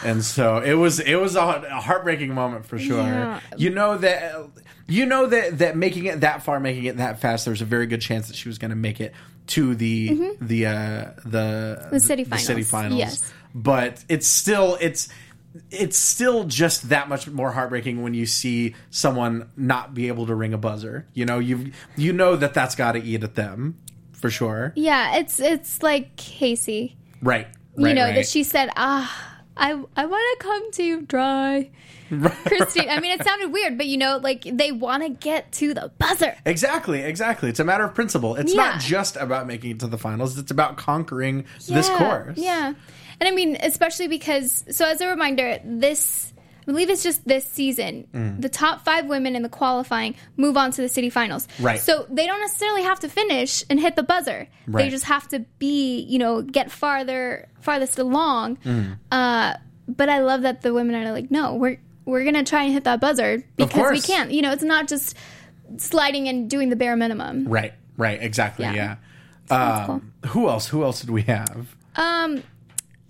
Speaker 1: And so it was it was a a heartbreaking moment for sure.
Speaker 4: Yeah.
Speaker 1: You know that you know that that making it that far, making it that fast, there's a very good chance that she was going to make it to the the uh the
Speaker 4: Mm-hmm. The city
Speaker 1: the city
Speaker 4: finals.
Speaker 1: finals.
Speaker 4: Yes.
Speaker 1: But it's still it's it's still just that much more heartbreaking when you see someone not be able to ring a buzzer. You know, you you know that that's got to eat at them for sure.
Speaker 4: Yeah, it's it's like Casey.
Speaker 1: Right.
Speaker 4: you
Speaker 1: Right.
Speaker 4: know
Speaker 1: right.
Speaker 4: that she said ah i i want to come to you dry christine i mean it sounded weird but you know like they want to get to the buzzer
Speaker 1: Exactly, exactly. It's a matter of principle. It's
Speaker 4: Yeah.
Speaker 1: not just about making it to the finals, it's about conquering this
Speaker 4: Yeah,
Speaker 1: course.
Speaker 4: yeah and i mean especially because so as a reminder this I believe it's just this season.
Speaker 1: Mm.
Speaker 4: The top five women in the qualifying move on to the city finals.
Speaker 1: Right.
Speaker 4: So they don't necessarily have to finish and hit the buzzer.
Speaker 1: Right.
Speaker 4: They just have to be, you know, get farther, farthest along.
Speaker 1: Mm.
Speaker 4: Uh, but I love that the women are like, no, we're we're gonna try and hit that buzzer because we
Speaker 1: course.
Speaker 4: can. You know, it's not just sliding and doing the bare minimum.
Speaker 1: Right, right, exactly. Yeah.
Speaker 4: Yeah.
Speaker 1: Um, Who else? Who else did we have?
Speaker 4: Um,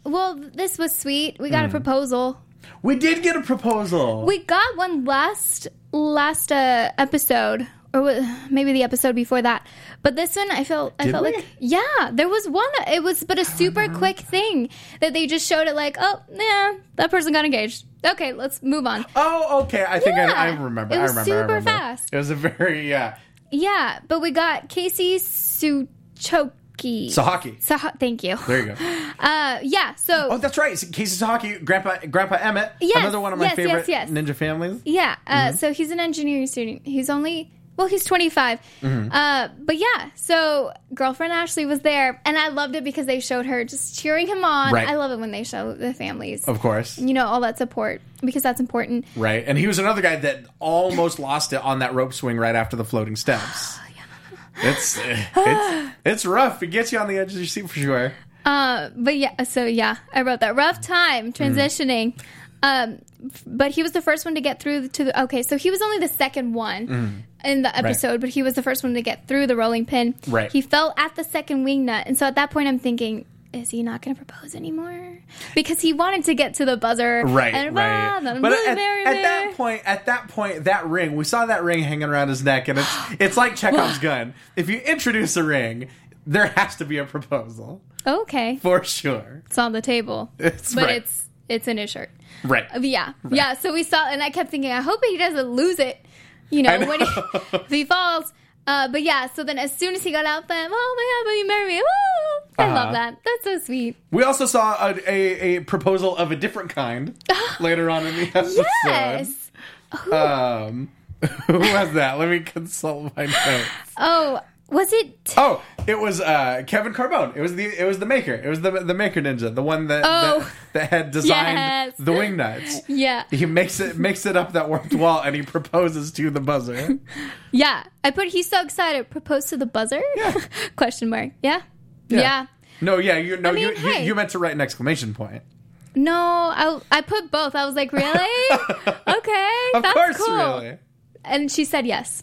Speaker 4: well, this
Speaker 1: Mm.
Speaker 4: was sweet. We got a proposal.
Speaker 1: We did get a proposal.
Speaker 4: We got one last last uh, episode, or wa- maybe the episode before that, but this one I felt I
Speaker 1: Did
Speaker 4: felt
Speaker 1: we? Uh-huh.
Speaker 4: like yeah, there was one. It was but a super quick thing that they just showed it like oh yeah, that person got engaged. Okay, let's move on.
Speaker 1: Oh, okay. I think
Speaker 4: Yeah.
Speaker 1: I, I remember.
Speaker 4: It was
Speaker 1: I remember. I
Speaker 4: super
Speaker 1: remember.
Speaker 4: fast.
Speaker 1: It was a very uh, yeah.
Speaker 4: Yeah, but we got Casey Suchoki.
Speaker 1: So hockey.
Speaker 4: Saha- thank you.
Speaker 1: There you go.
Speaker 4: Uh, yeah. So
Speaker 1: Oh, that's right. Casey's hockey. Grandpa Grandpa Emmett.
Speaker 4: Yes,
Speaker 1: Another one of my
Speaker 4: yes,
Speaker 1: favorite
Speaker 4: yes, yes.
Speaker 1: ninja families.
Speaker 4: Yeah. Uh,
Speaker 1: Mm-hmm.
Speaker 4: So he's an engineering student. He's only well, he's 25.
Speaker 1: Mm-hmm.
Speaker 4: Uh, but yeah, so girlfriend Ashley was there, and I loved it because they showed her just cheering him on.
Speaker 1: Right.
Speaker 4: I love it when they show the families,
Speaker 1: Of course.
Speaker 4: you know, all that support because that's important.
Speaker 1: Right. And he was another guy that almost lost it on that rope swing right after the floating steps. It's it's it's rough. It gets you on the edge of your seat for sure.
Speaker 4: Uh, but yeah, so yeah, I wrote that rough
Speaker 1: Mm.
Speaker 4: time transitioning. Um, f- but he was the first one to get through to the okay. So he was only the second one
Speaker 1: Mm.
Speaker 4: in the episode, but he was the first one to get through the rolling pin.
Speaker 1: Right.
Speaker 4: He fell at the second wing nut, and so at that point, I'm thinking. Is he not going to propose anymore? Because he wanted to get to the buzzer,
Speaker 1: Right,
Speaker 4: And
Speaker 1: right.
Speaker 4: blah,
Speaker 1: But
Speaker 4: blah, blah,
Speaker 1: at,
Speaker 4: blah,
Speaker 1: at
Speaker 4: blah.
Speaker 1: that point, at that point, that ring, we saw that ring hanging around his neck, and it's it's like Chekhov's gun. If you introduce a ring, there has to be a proposal
Speaker 4: okay,
Speaker 1: for sure.
Speaker 4: it's on the table,
Speaker 1: It's
Speaker 4: but
Speaker 1: right.
Speaker 4: it's it's in his shirt.
Speaker 1: Right.
Speaker 4: Yeah, yeah. So we saw, and I kept thinking, I hope he doesn't lose it. You know,
Speaker 1: I know.
Speaker 4: when he, if he falls. Uh, but yeah, so then as soon as he got out, then oh my god, will you marry me? Woo! I
Speaker 1: Uh-huh.
Speaker 4: love that. That's so sweet.
Speaker 1: We also saw a, a, a proposal of a different kind later on in the episode.
Speaker 4: Yes.
Speaker 1: Um, who was that? Let me consult my notes.
Speaker 4: Oh, was it?
Speaker 1: Oh, it was uh, Kevin Carbone. It was the it was the maker. It was the the maker ninja, the one that
Speaker 4: Oh.
Speaker 1: that, that had designed
Speaker 4: Yes.
Speaker 1: the wing nuts.
Speaker 4: yeah,
Speaker 1: He makes it makes it up that worked well, and he proposes to the buzzer.
Speaker 4: yeah. I put he's so excited. Propose to the buzzer?
Speaker 1: Yeah.
Speaker 4: Question mark. Yeah.
Speaker 1: Yeah.
Speaker 4: Yeah.
Speaker 1: No, yeah, you no,
Speaker 4: I mean,
Speaker 1: you, you
Speaker 4: hey.
Speaker 1: you meant to write an exclamation point.
Speaker 4: No, I I put both. I was like, really? okay,
Speaker 1: Of
Speaker 4: that's
Speaker 1: course,
Speaker 4: cool.
Speaker 1: really,
Speaker 4: And she said yes.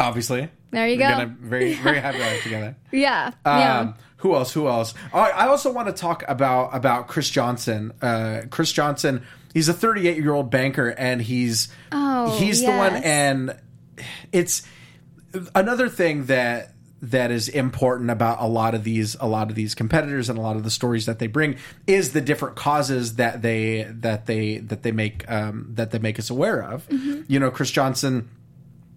Speaker 1: obviously.
Speaker 4: There you go.
Speaker 1: Again, I'm very very happy about it together.
Speaker 4: Yeah.
Speaker 1: Um,
Speaker 4: yeah.
Speaker 1: Who else? Who else? I, I also want to talk about about Chris Johnson. Uh, Chris Johnson. He's a 38 year old banker, and he's
Speaker 4: Oh,
Speaker 1: he's the one,
Speaker 4: yes.
Speaker 1: and it's another thing that that is important about a lot of these a lot of these competitors and a lot of the stories that they bring is the different causes that they that they that they make um, that they make us aware of.
Speaker 4: Mm-hmm.
Speaker 1: You know, Chris Johnson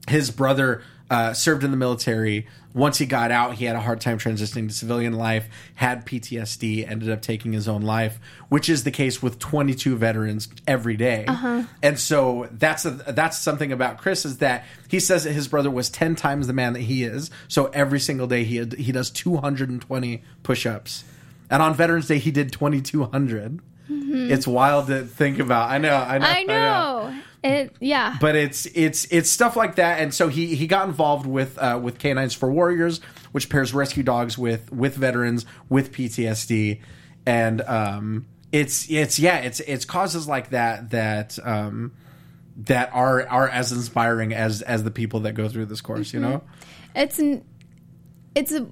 Speaker 1: his brother uh, served in the military. Once he got out, he had a hard time transitioning to civilian life, had PTSD, ended up taking his own life, which is the case with 22 veterans every day. And so that's a, that's something about Chris is that he says that his brother was 10 times the man that he is. So every single day he he does 220 push-ups. And on Veterans Day he did 2200. It's wild to think about. I know. I know.
Speaker 4: I know. It. Yeah.
Speaker 1: but it's it's it's stuff like that and so he he got involved with uh with canines for warriors which pairs rescue dogs with with veterans with ptsd and um it's it's yeah it's it's causes like that that um that are are as inspiring as as the people that go through this course you know
Speaker 4: it's n- it's a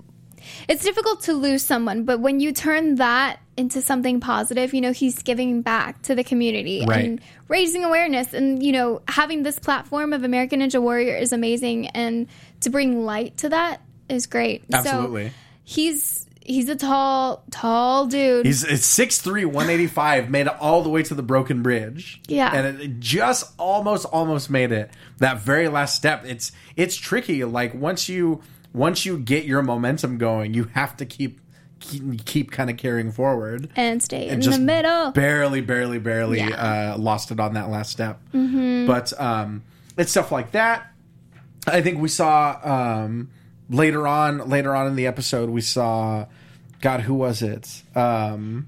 Speaker 4: it's difficult to lose someone but when you turn that into something positive you know he's giving back to the community
Speaker 1: Right.
Speaker 4: and raising awareness and you know having this platform of american ninja warrior is amazing and to bring light to that is great So
Speaker 1: Absolutely.
Speaker 4: he's he's a tall tall dude
Speaker 1: He's it's 6'3", 185, made it all the way to the broken bridge.
Speaker 4: Yeah.
Speaker 1: and it just almost almost made it that very last step. It's it's tricky. Like once you once you get your momentum going, you have to keep keep, keep kind of carrying forward.
Speaker 4: and stay in
Speaker 1: And just
Speaker 4: the middle
Speaker 1: Barely, barely, barely
Speaker 4: Yeah. Mm-hmm.
Speaker 1: uh, lost it on that last step. But um, it's stuff like that. I think we saw um, later on, later on in the episode, we saw. God, who was it? Um,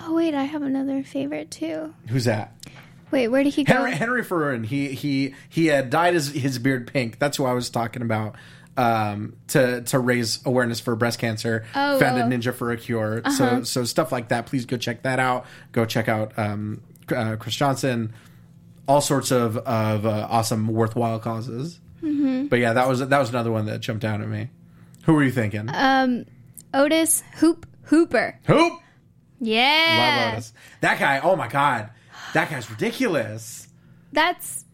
Speaker 4: oh wait i have another favorite too
Speaker 1: who's that?
Speaker 4: wait where did he go
Speaker 1: Henry Henry Ferrin. He he he had dyed his his beard pink. That's who I was talking about. Um, to to raise awareness for breast cancer,
Speaker 4: Oh,
Speaker 1: founded
Speaker 4: oh.
Speaker 1: Ninja for a Cure. So so stuff like that. Please go check that out. Go check out um, uh, Chris Johnson. All sorts of of uh, awesome, worthwhile causes. But yeah, that was that was another one that jumped out at me. Who were you thinking?
Speaker 4: otis hoop hooper
Speaker 1: Who?
Speaker 4: yeah
Speaker 1: Bob Otis. That guy. Oh my god, that guy's ridiculous.
Speaker 4: that's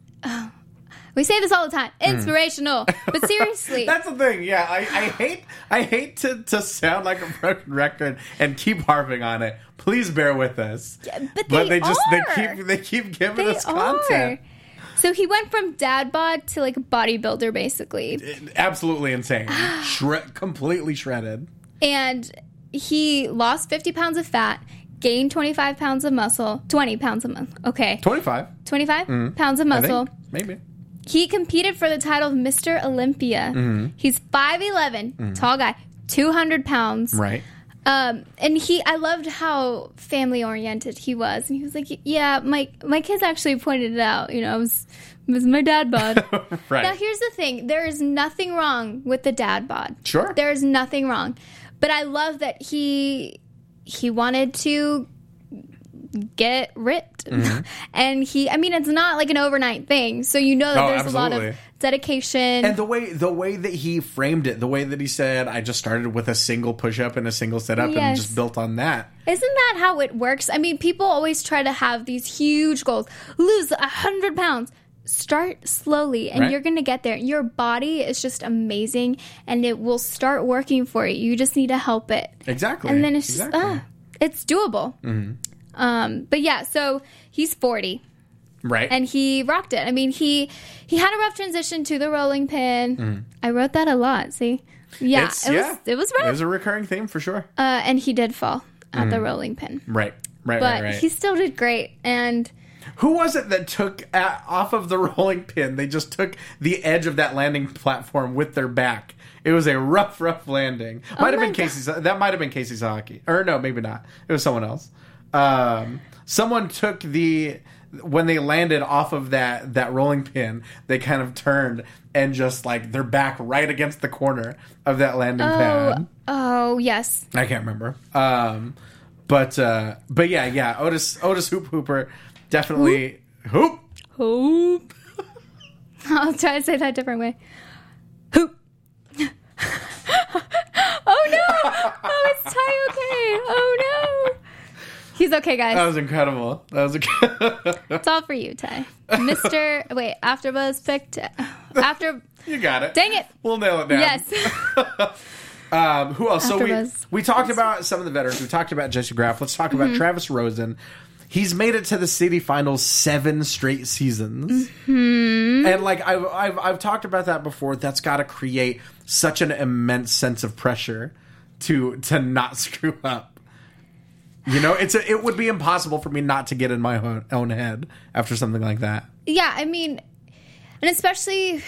Speaker 4: We say this all the time.
Speaker 1: Hmm.
Speaker 4: Inspirational. But seriously.
Speaker 1: That's the thing, yeah. I, I hate I hate to, to sound like a broken record and keep harping on it. Please bear with us.
Speaker 4: but
Speaker 1: they,
Speaker 4: they
Speaker 1: just
Speaker 4: are.
Speaker 1: they keep they keep giving
Speaker 4: they
Speaker 1: us content.
Speaker 4: are. So he went from dad bod to like bodybuilder basically.
Speaker 1: Eh, Absolutely insane. Shred, completely shredded.
Speaker 4: And he lost 50 pounds of fat, gained 25 pounds of muscle, 20 pounds of muscle. Okay.
Speaker 1: Twenty five.
Speaker 4: 25 pounds of
Speaker 1: Mm-hmm. I
Speaker 4: muscle.
Speaker 1: think. Maybe.
Speaker 4: He competed for the title of Mr. Olympia.
Speaker 1: Mm-hmm.
Speaker 4: He's 5'11, tall guy, 200 pounds.
Speaker 1: Right.
Speaker 4: Um, and he, I loved how family oriented he was. And he was like, Yeah, my, my kids actually pointed it out. You know, I was, it was my dad bod.
Speaker 1: Right.
Speaker 4: Now, here's the thing there is nothing wrong with the dad bod.
Speaker 1: Sure.
Speaker 4: There is nothing wrong. But I love that he he wanted to get ripped.
Speaker 1: Mm-hmm.
Speaker 4: and he, I mean, it's not like an overnight thing. So you know that
Speaker 1: Oh,
Speaker 4: there's a lot of
Speaker 1: absolutely.
Speaker 4: dedication.
Speaker 1: And the way the way that he framed it, the way that he said, I just started with a single push up and a single sit up and
Speaker 4: Yes.
Speaker 1: just built on that.
Speaker 4: Isn't that how it works? I mean, people always try to have these huge goals lose 100 pounds. Start slowly and
Speaker 1: Right.
Speaker 4: you're going to get there. Your body is just amazing and it will start working for you. You just need to help it.
Speaker 1: Exactly.
Speaker 4: and then it's
Speaker 1: Exactly. Mm-hmm.
Speaker 4: just ah, it's doable. Um, but yeah, so he's forty
Speaker 1: right.
Speaker 4: and he rocked it. I mean, he he had a rough transition to the rolling pin. I wrote that a lot. See, yeah,
Speaker 1: Mm-hmm. It's-
Speaker 4: it
Speaker 1: yeah.
Speaker 4: was it was
Speaker 1: It
Speaker 4: rough,
Speaker 1: was Mm-hmm. a recurring theme for sure.
Speaker 4: uh, and he did fall at the rolling pin,
Speaker 1: right. Right.
Speaker 4: but
Speaker 1: right. Right.
Speaker 4: he still did great. And
Speaker 1: Who was it that took uh, off of the rolling pin? They just took the edge of that landing platform with their back. It was a rough, rough landing. Might have
Speaker 4: Oh my
Speaker 1: been
Speaker 4: God.
Speaker 1: Casey's. That might have been Casey's hockey, or no, maybe not. It was someone else. Um, someone took the when they landed off of that that rolling pin. They kind of turned and just like their back right against the corner of that landing pad.
Speaker 4: oh yes,
Speaker 1: I can't remember. Um, but uh, but yeah, yeah. Otis Otis Hoop Hooper definitely hoop.
Speaker 4: hoop. I'll try to say that a different way. Hoop. oh no! Oh, it's Ty okay. Oh no! He's okay, guys.
Speaker 1: That was incredible. That was inc-
Speaker 4: It's all for you, Ty. Mister, wait, AfterBuzz picked after.
Speaker 1: you got it.
Speaker 4: Dang it.
Speaker 1: We'll nail it down.
Speaker 4: Yes,
Speaker 1: Um, who else? so we
Speaker 4: AfterBuzz.
Speaker 1: we talked about some of the veterans. We talked about Jesse Graff. Let's talk about
Speaker 4: Mm-hmm.
Speaker 1: Travis Rosen. He's made it to the city finals seven straight seasons,
Speaker 4: Mm-hmm.
Speaker 1: and like I've, I've I've talked about that before. That's got to create such an immense sense of pressure to to not screw up. You know, it's a, it would be impossible for me not to get in my own, own head after something like that.
Speaker 4: yeah. I mean, and especially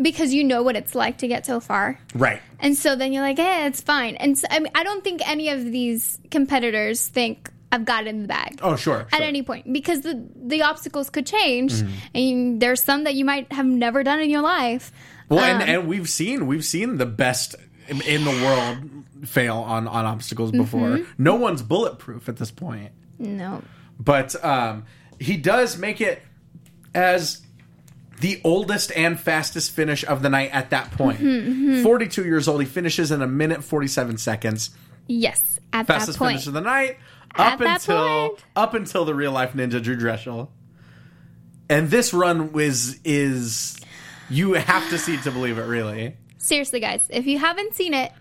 Speaker 4: because you know what it's like to get so far,
Speaker 1: Right.
Speaker 4: and so then you're like, eh, it's fine. And so, I mean, I don't think any of these competitors think I've got it in the bag.
Speaker 1: Oh, sure.
Speaker 4: At
Speaker 1: sure. Mm-hmm.
Speaker 4: any point, because the the obstacles could change, and there's some that you might have never done in your life.
Speaker 1: Well,
Speaker 4: Um,
Speaker 1: and, and we've seen we've seen the best in, in the world fail on on obstacles
Speaker 4: Mm-hmm.
Speaker 1: before. No one's bulletproof at this point,
Speaker 4: No,
Speaker 1: but um, he does make it as the oldest and fastest finish of the night at that point.
Speaker 4: Mm-hmm,
Speaker 1: 42 years old, he finishes in a minute 47 seconds.
Speaker 4: yes, at
Speaker 1: Fastest
Speaker 4: that point,
Speaker 1: finish of the night
Speaker 4: At
Speaker 1: up
Speaker 4: that
Speaker 1: until
Speaker 4: point.
Speaker 1: up until the real life ninja Drew Dreschel. And this run was is you have to see to believe it really.
Speaker 4: Seriously, guys, if you haven't seen it,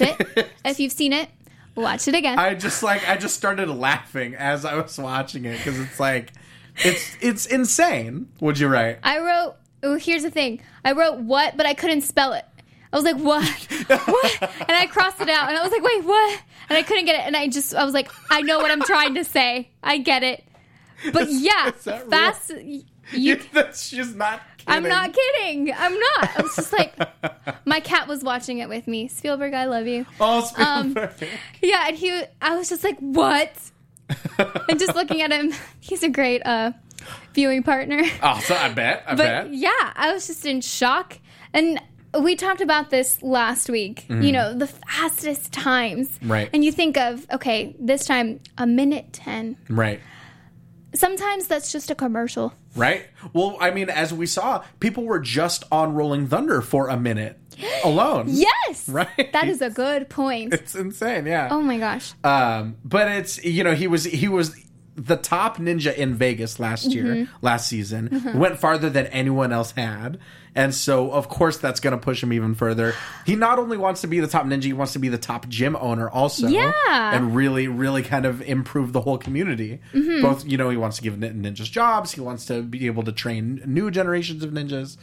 Speaker 4: it. if you've seen it, watch it again.
Speaker 1: I just like I just started laughing as I was watching it because it's like it's it's insane. Would you write?
Speaker 4: I wrote. Oh, here's the thing. I wrote what, but I couldn't spell it. I was like, what? what? And I crossed it out, and I was like, wait, what? And I couldn't get it, and I just, I was like, I know what I'm trying to say. I get it. But yeah,
Speaker 1: is that real?
Speaker 4: fast. You,
Speaker 1: That's just not. Kidding.
Speaker 4: I'm not kidding. I'm not. I was just like, my cat was watching it with me. Spielberg, I love you.
Speaker 1: All
Speaker 4: Um,
Speaker 1: Spielberg.
Speaker 4: Yeah, and he, I was just like, what? and just looking at him, he's a great uh, viewing partner.
Speaker 1: oh, so I bet. I bet.
Speaker 4: But yeah, I was just in shock. And we talked about this last week, you know, the fastest times.
Speaker 1: Mm. Right.
Speaker 4: And you think of, okay, this time, a minute 10.
Speaker 1: Right.
Speaker 4: Sometimes that's just a commercial.
Speaker 1: Right. Well, I mean, as we saw, people were just on Rolling Thunder for a minute alone.
Speaker 4: Yes!
Speaker 1: Right. Uh,
Speaker 4: That is a good point.
Speaker 1: It's insane. Yeah.
Speaker 4: Oh my gosh.
Speaker 1: Um, but it's you know he was he was the top ninja in Vegas last year,
Speaker 4: Mm-hmm.
Speaker 1: last season, went farther than anyone else had. And so, of course, that's going to push him even further. He not only wants to be the top ninja, he wants to be the top gym owner also.
Speaker 4: Yeah.
Speaker 1: And really, really kind of improve the whole community.
Speaker 4: Mm-hmm.
Speaker 1: Both, you know, he wants to give nin- ninjas jobs, he wants to be able to train new generations of ninjas.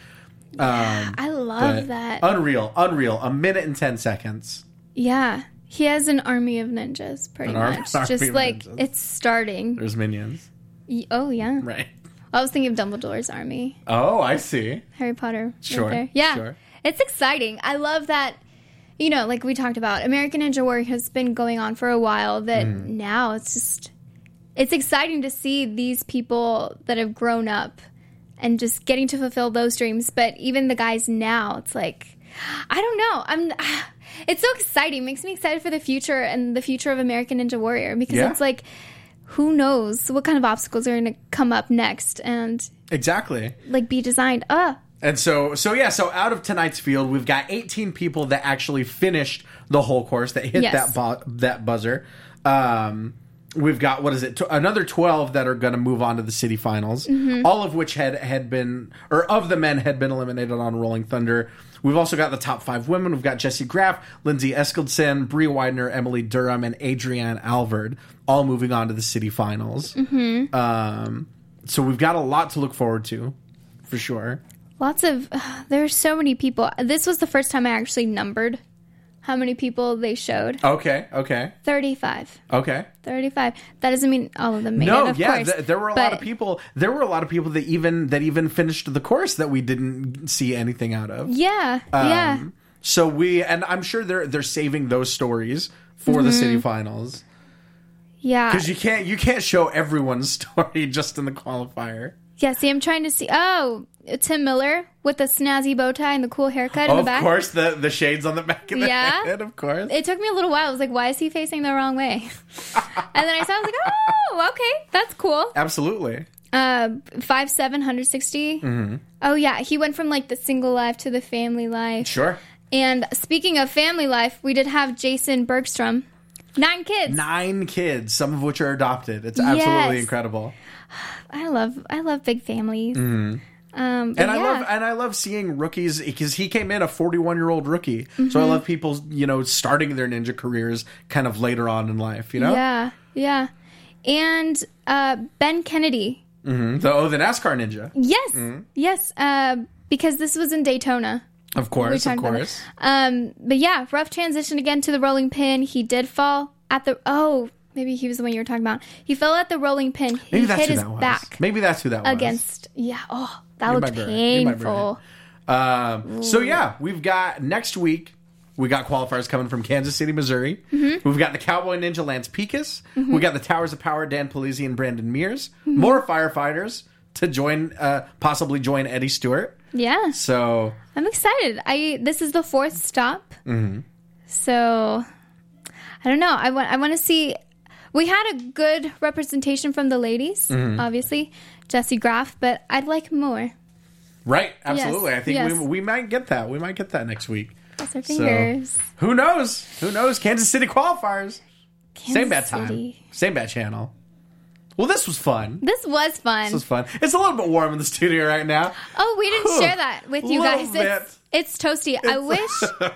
Speaker 4: I love
Speaker 1: But uh,
Speaker 4: that.
Speaker 1: Unreal, unreal. A minute and 10 seconds.
Speaker 4: yeah. He has an army of ninjas, pretty
Speaker 1: An arm-
Speaker 4: much.
Speaker 1: army
Speaker 4: Just
Speaker 1: of
Speaker 4: like
Speaker 1: ninjas.
Speaker 4: it's starting.
Speaker 1: There's minions.
Speaker 4: Y- Oh yeah.
Speaker 1: Right.
Speaker 4: I was thinking of Dumbledore's army.
Speaker 1: Oh, I see.
Speaker 4: Harry Potter. right
Speaker 1: Sure,
Speaker 4: there. Yeah.
Speaker 1: sure.
Speaker 4: It's exciting. I love that. You know, like we talked about, American Ninja Warrior has been going on for a while. That
Speaker 1: Hmm.
Speaker 4: now it's just, it's exciting to see these people that have grown up and just getting to fulfill those dreams. But even the guys now, it's like, I don't know. I'm. It's so exciting. Makes me excited for the future and the future of American Ninja Warrior because
Speaker 1: Yeah.
Speaker 4: it's like, who knows what kind of obstacles are going to come up next and
Speaker 1: Exactly.
Speaker 4: like be designed. Uh,
Speaker 1: And so, so yeah, so out of tonight's field, we've got 18 people that actually finished the whole course that hit that
Speaker 4: Yes.
Speaker 1: bu- that buzzer. Um, we've got what is it? Tw- another 12 that are going to move on to the city finals. All of which had had been, or of the men had been eliminated on Rolling Thunder. We've also got the top five women. We've got Jesse Graff, Lindsay Eskildson, Bree Widener, Emily Durham, and Adrienne Alvord, all moving on to the city finals. Um, so we've got a lot to look forward to, for sure.
Speaker 4: Lots of there are so many people. This was the first time I actually numbered how many people they showed.
Speaker 1: Okay, okay,
Speaker 4: 35.
Speaker 1: okay.
Speaker 4: 35. That doesn't mean all of them made
Speaker 1: No,
Speaker 4: it, of
Speaker 1: yeah,
Speaker 4: course.
Speaker 1: th- there were a lot of
Speaker 4: but-
Speaker 1: people. There were a lot of people that even that even finished the course that we didn't see anything out of.
Speaker 4: Yeah. yeah.
Speaker 1: Um, So we and I'm sure they're they're saving those stories for the
Speaker 4: Mm-hmm.
Speaker 1: city finals
Speaker 4: Yeah.
Speaker 1: because you can't you can't show everyone's story just in the qualifier.
Speaker 4: yeah, see I'm trying to see Oh, Tim Miller with the snazzy bow tie and the cool haircut in the
Speaker 1: of
Speaker 4: back.
Speaker 1: course, the the shades on the back of the
Speaker 4: Yeah.
Speaker 1: head. Of course.
Speaker 4: It took me a little while. I was like, why is he facing the wrong way? and then I saw I was like, "Oh, okay. That's cool."
Speaker 1: Absolutely.
Speaker 4: Uh 5760.
Speaker 1: Mm-hmm.
Speaker 4: Oh yeah, he went from like the single life to the family life.
Speaker 1: Sure.
Speaker 4: And speaking of family life, we did have Jason Bergstrom. Nine kids.
Speaker 1: Nine kids, some of which are adopted. It's absolutely
Speaker 4: Yes.
Speaker 1: incredible.
Speaker 4: I love I love big families. Um, but
Speaker 1: Mm-hmm. And I
Speaker 4: yeah.
Speaker 1: love and I love seeing rookies because he came in a 41 year old rookie. So
Speaker 4: Mm-hmm.
Speaker 1: I love people, you know, starting their ninja careers kind of later on in life. You know,
Speaker 4: yeah, yeah. And uh, Ben Kennedy.
Speaker 1: the oh the NASCAR ninja,
Speaker 4: Yes,
Speaker 1: Mm-hmm.
Speaker 4: yes. Uh, because this was in Daytona.
Speaker 1: of course,
Speaker 4: We
Speaker 1: of
Speaker 4: talked about
Speaker 1: course.
Speaker 4: Um, but yeah, rough transition again to the rolling pin. He did fall at the oh maybe he was the one you were talking about. He fell at the rolling pin. He
Speaker 1: Maybe that's
Speaker 4: hit
Speaker 1: who
Speaker 4: his
Speaker 1: that was.
Speaker 4: back
Speaker 1: Maybe that's who that was.
Speaker 4: against yeah. Oh, that
Speaker 1: You
Speaker 4: looked
Speaker 1: might be right. You might be right.
Speaker 4: painful.
Speaker 1: Um, so yeah, we've got next week. We got qualifiers coming from Kansas City, Missouri.
Speaker 4: Mm-hmm.
Speaker 1: We've got the Cowboy Ninja Lance Picus. We got the Towers of Power Dan Palisi and Brandon Mears.
Speaker 4: Mm-hmm.
Speaker 1: More firefighters to join, uh, possibly join Eddie Stewart.
Speaker 4: Yeah.
Speaker 1: So
Speaker 4: I'm excited. I this is the fourth stop,
Speaker 1: Mm-hmm.
Speaker 4: so I don't know. I want I want to see. We had a good representation from the ladies,
Speaker 1: Mm-hmm.
Speaker 4: obviously Jesse Graff, but I'd like more.
Speaker 1: Right, absolutely. I think
Speaker 4: yes.
Speaker 1: we, we might get that. We might get that next week.
Speaker 4: Cross our
Speaker 1: So,
Speaker 4: fingers.
Speaker 1: who knows? Who knows? Kansas City qualifiers. Same bad
Speaker 4: Kansas
Speaker 1: time.
Speaker 4: City.
Speaker 1: Same bad channel. Well, this was fun.
Speaker 4: This was fun.
Speaker 1: This was fun. It's a little bit warm in the studio right now.
Speaker 4: oh, we didn't share that with you
Speaker 1: Little
Speaker 4: guys. It's, it's toasty. I wish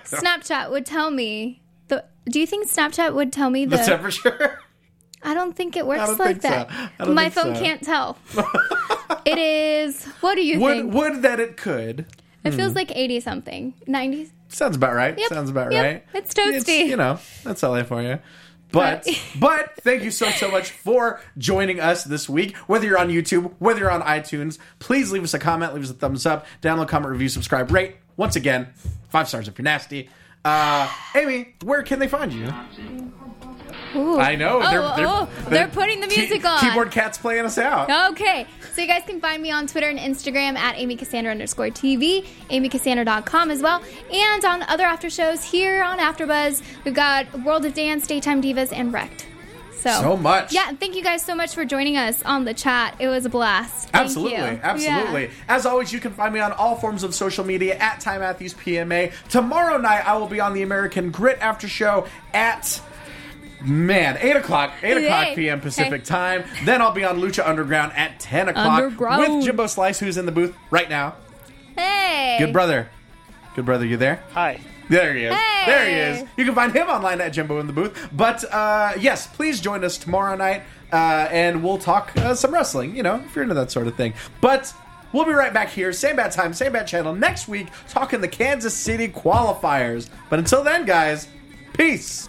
Speaker 4: Snapchat would tell me. The, do you think Snapchat would tell me
Speaker 1: The
Speaker 4: the?
Speaker 1: temperature.
Speaker 4: I don't think it works
Speaker 1: don't
Speaker 4: like
Speaker 1: think so.
Speaker 4: that.
Speaker 1: I don't
Speaker 4: My
Speaker 1: think
Speaker 4: phone
Speaker 1: so.
Speaker 4: can't tell. it is. What do you
Speaker 1: would
Speaker 4: think?
Speaker 1: would that it could.
Speaker 4: It feels
Speaker 1: Hmm.
Speaker 4: like 80 something, 90s.
Speaker 1: Sounds about right.
Speaker 4: Yep.
Speaker 1: Sounds about
Speaker 4: Yep.
Speaker 1: right.
Speaker 4: It's toasty.
Speaker 1: you know, that's LA for you. But
Speaker 4: Right.
Speaker 1: but thank you so so much for joining us this week. Whether you're on YouTube, whether you're on iTunes, please leave us a comment, leave us a thumbs up, download, comment, review, subscribe, rate. Once again, five stars if you're nasty. Uh, Amy, where can they find you?
Speaker 4: Ooh.
Speaker 1: I know
Speaker 4: Oh, oh, oh, they're, putting the
Speaker 1: key-
Speaker 4: music on.
Speaker 1: Keyboard Cat's playing us out.
Speaker 4: Okay, so you guys can find me on Twitter and Instagram at Amy Cassandra underscore TV, amycassandra.com as well, and on other after shows here on AfterBuzz. We've got World of Dance, Daytime Divas, and Wrecked. So,
Speaker 1: So much.
Speaker 4: Yeah, and thank you guys so much for joining us on the chat. It was a blast. Thank
Speaker 1: Absolutely,
Speaker 4: you.
Speaker 1: absolutely.
Speaker 4: Yeah.
Speaker 1: As always, you can find me on all forms of social media at Time Matthews PMA. Tomorrow night, I will be on the American Grit After Show at Man, eight o'clock, eight o'clock
Speaker 4: Hey.
Speaker 1: p.m. Pacific
Speaker 4: Hey.
Speaker 1: time. Then I'll be on Lucha Underground at ten o'clock
Speaker 4: Underground.
Speaker 1: with Jimbo Slice, who's in the booth right now.
Speaker 4: Hey.
Speaker 1: Good brother, good brother, you there?
Speaker 5: Hi.
Speaker 1: There he is.
Speaker 4: Hey.
Speaker 1: There he is. You can find him online at Jimbo in the booth. But uh, yes, please join us tomorrow night, uh, and we'll talk uh, some wrestling. You know, if you're into that sort of thing. But we'll be right back here, same bad time, same bad channel next week, talking the Kansas City qualifiers. But until then, guys, peace.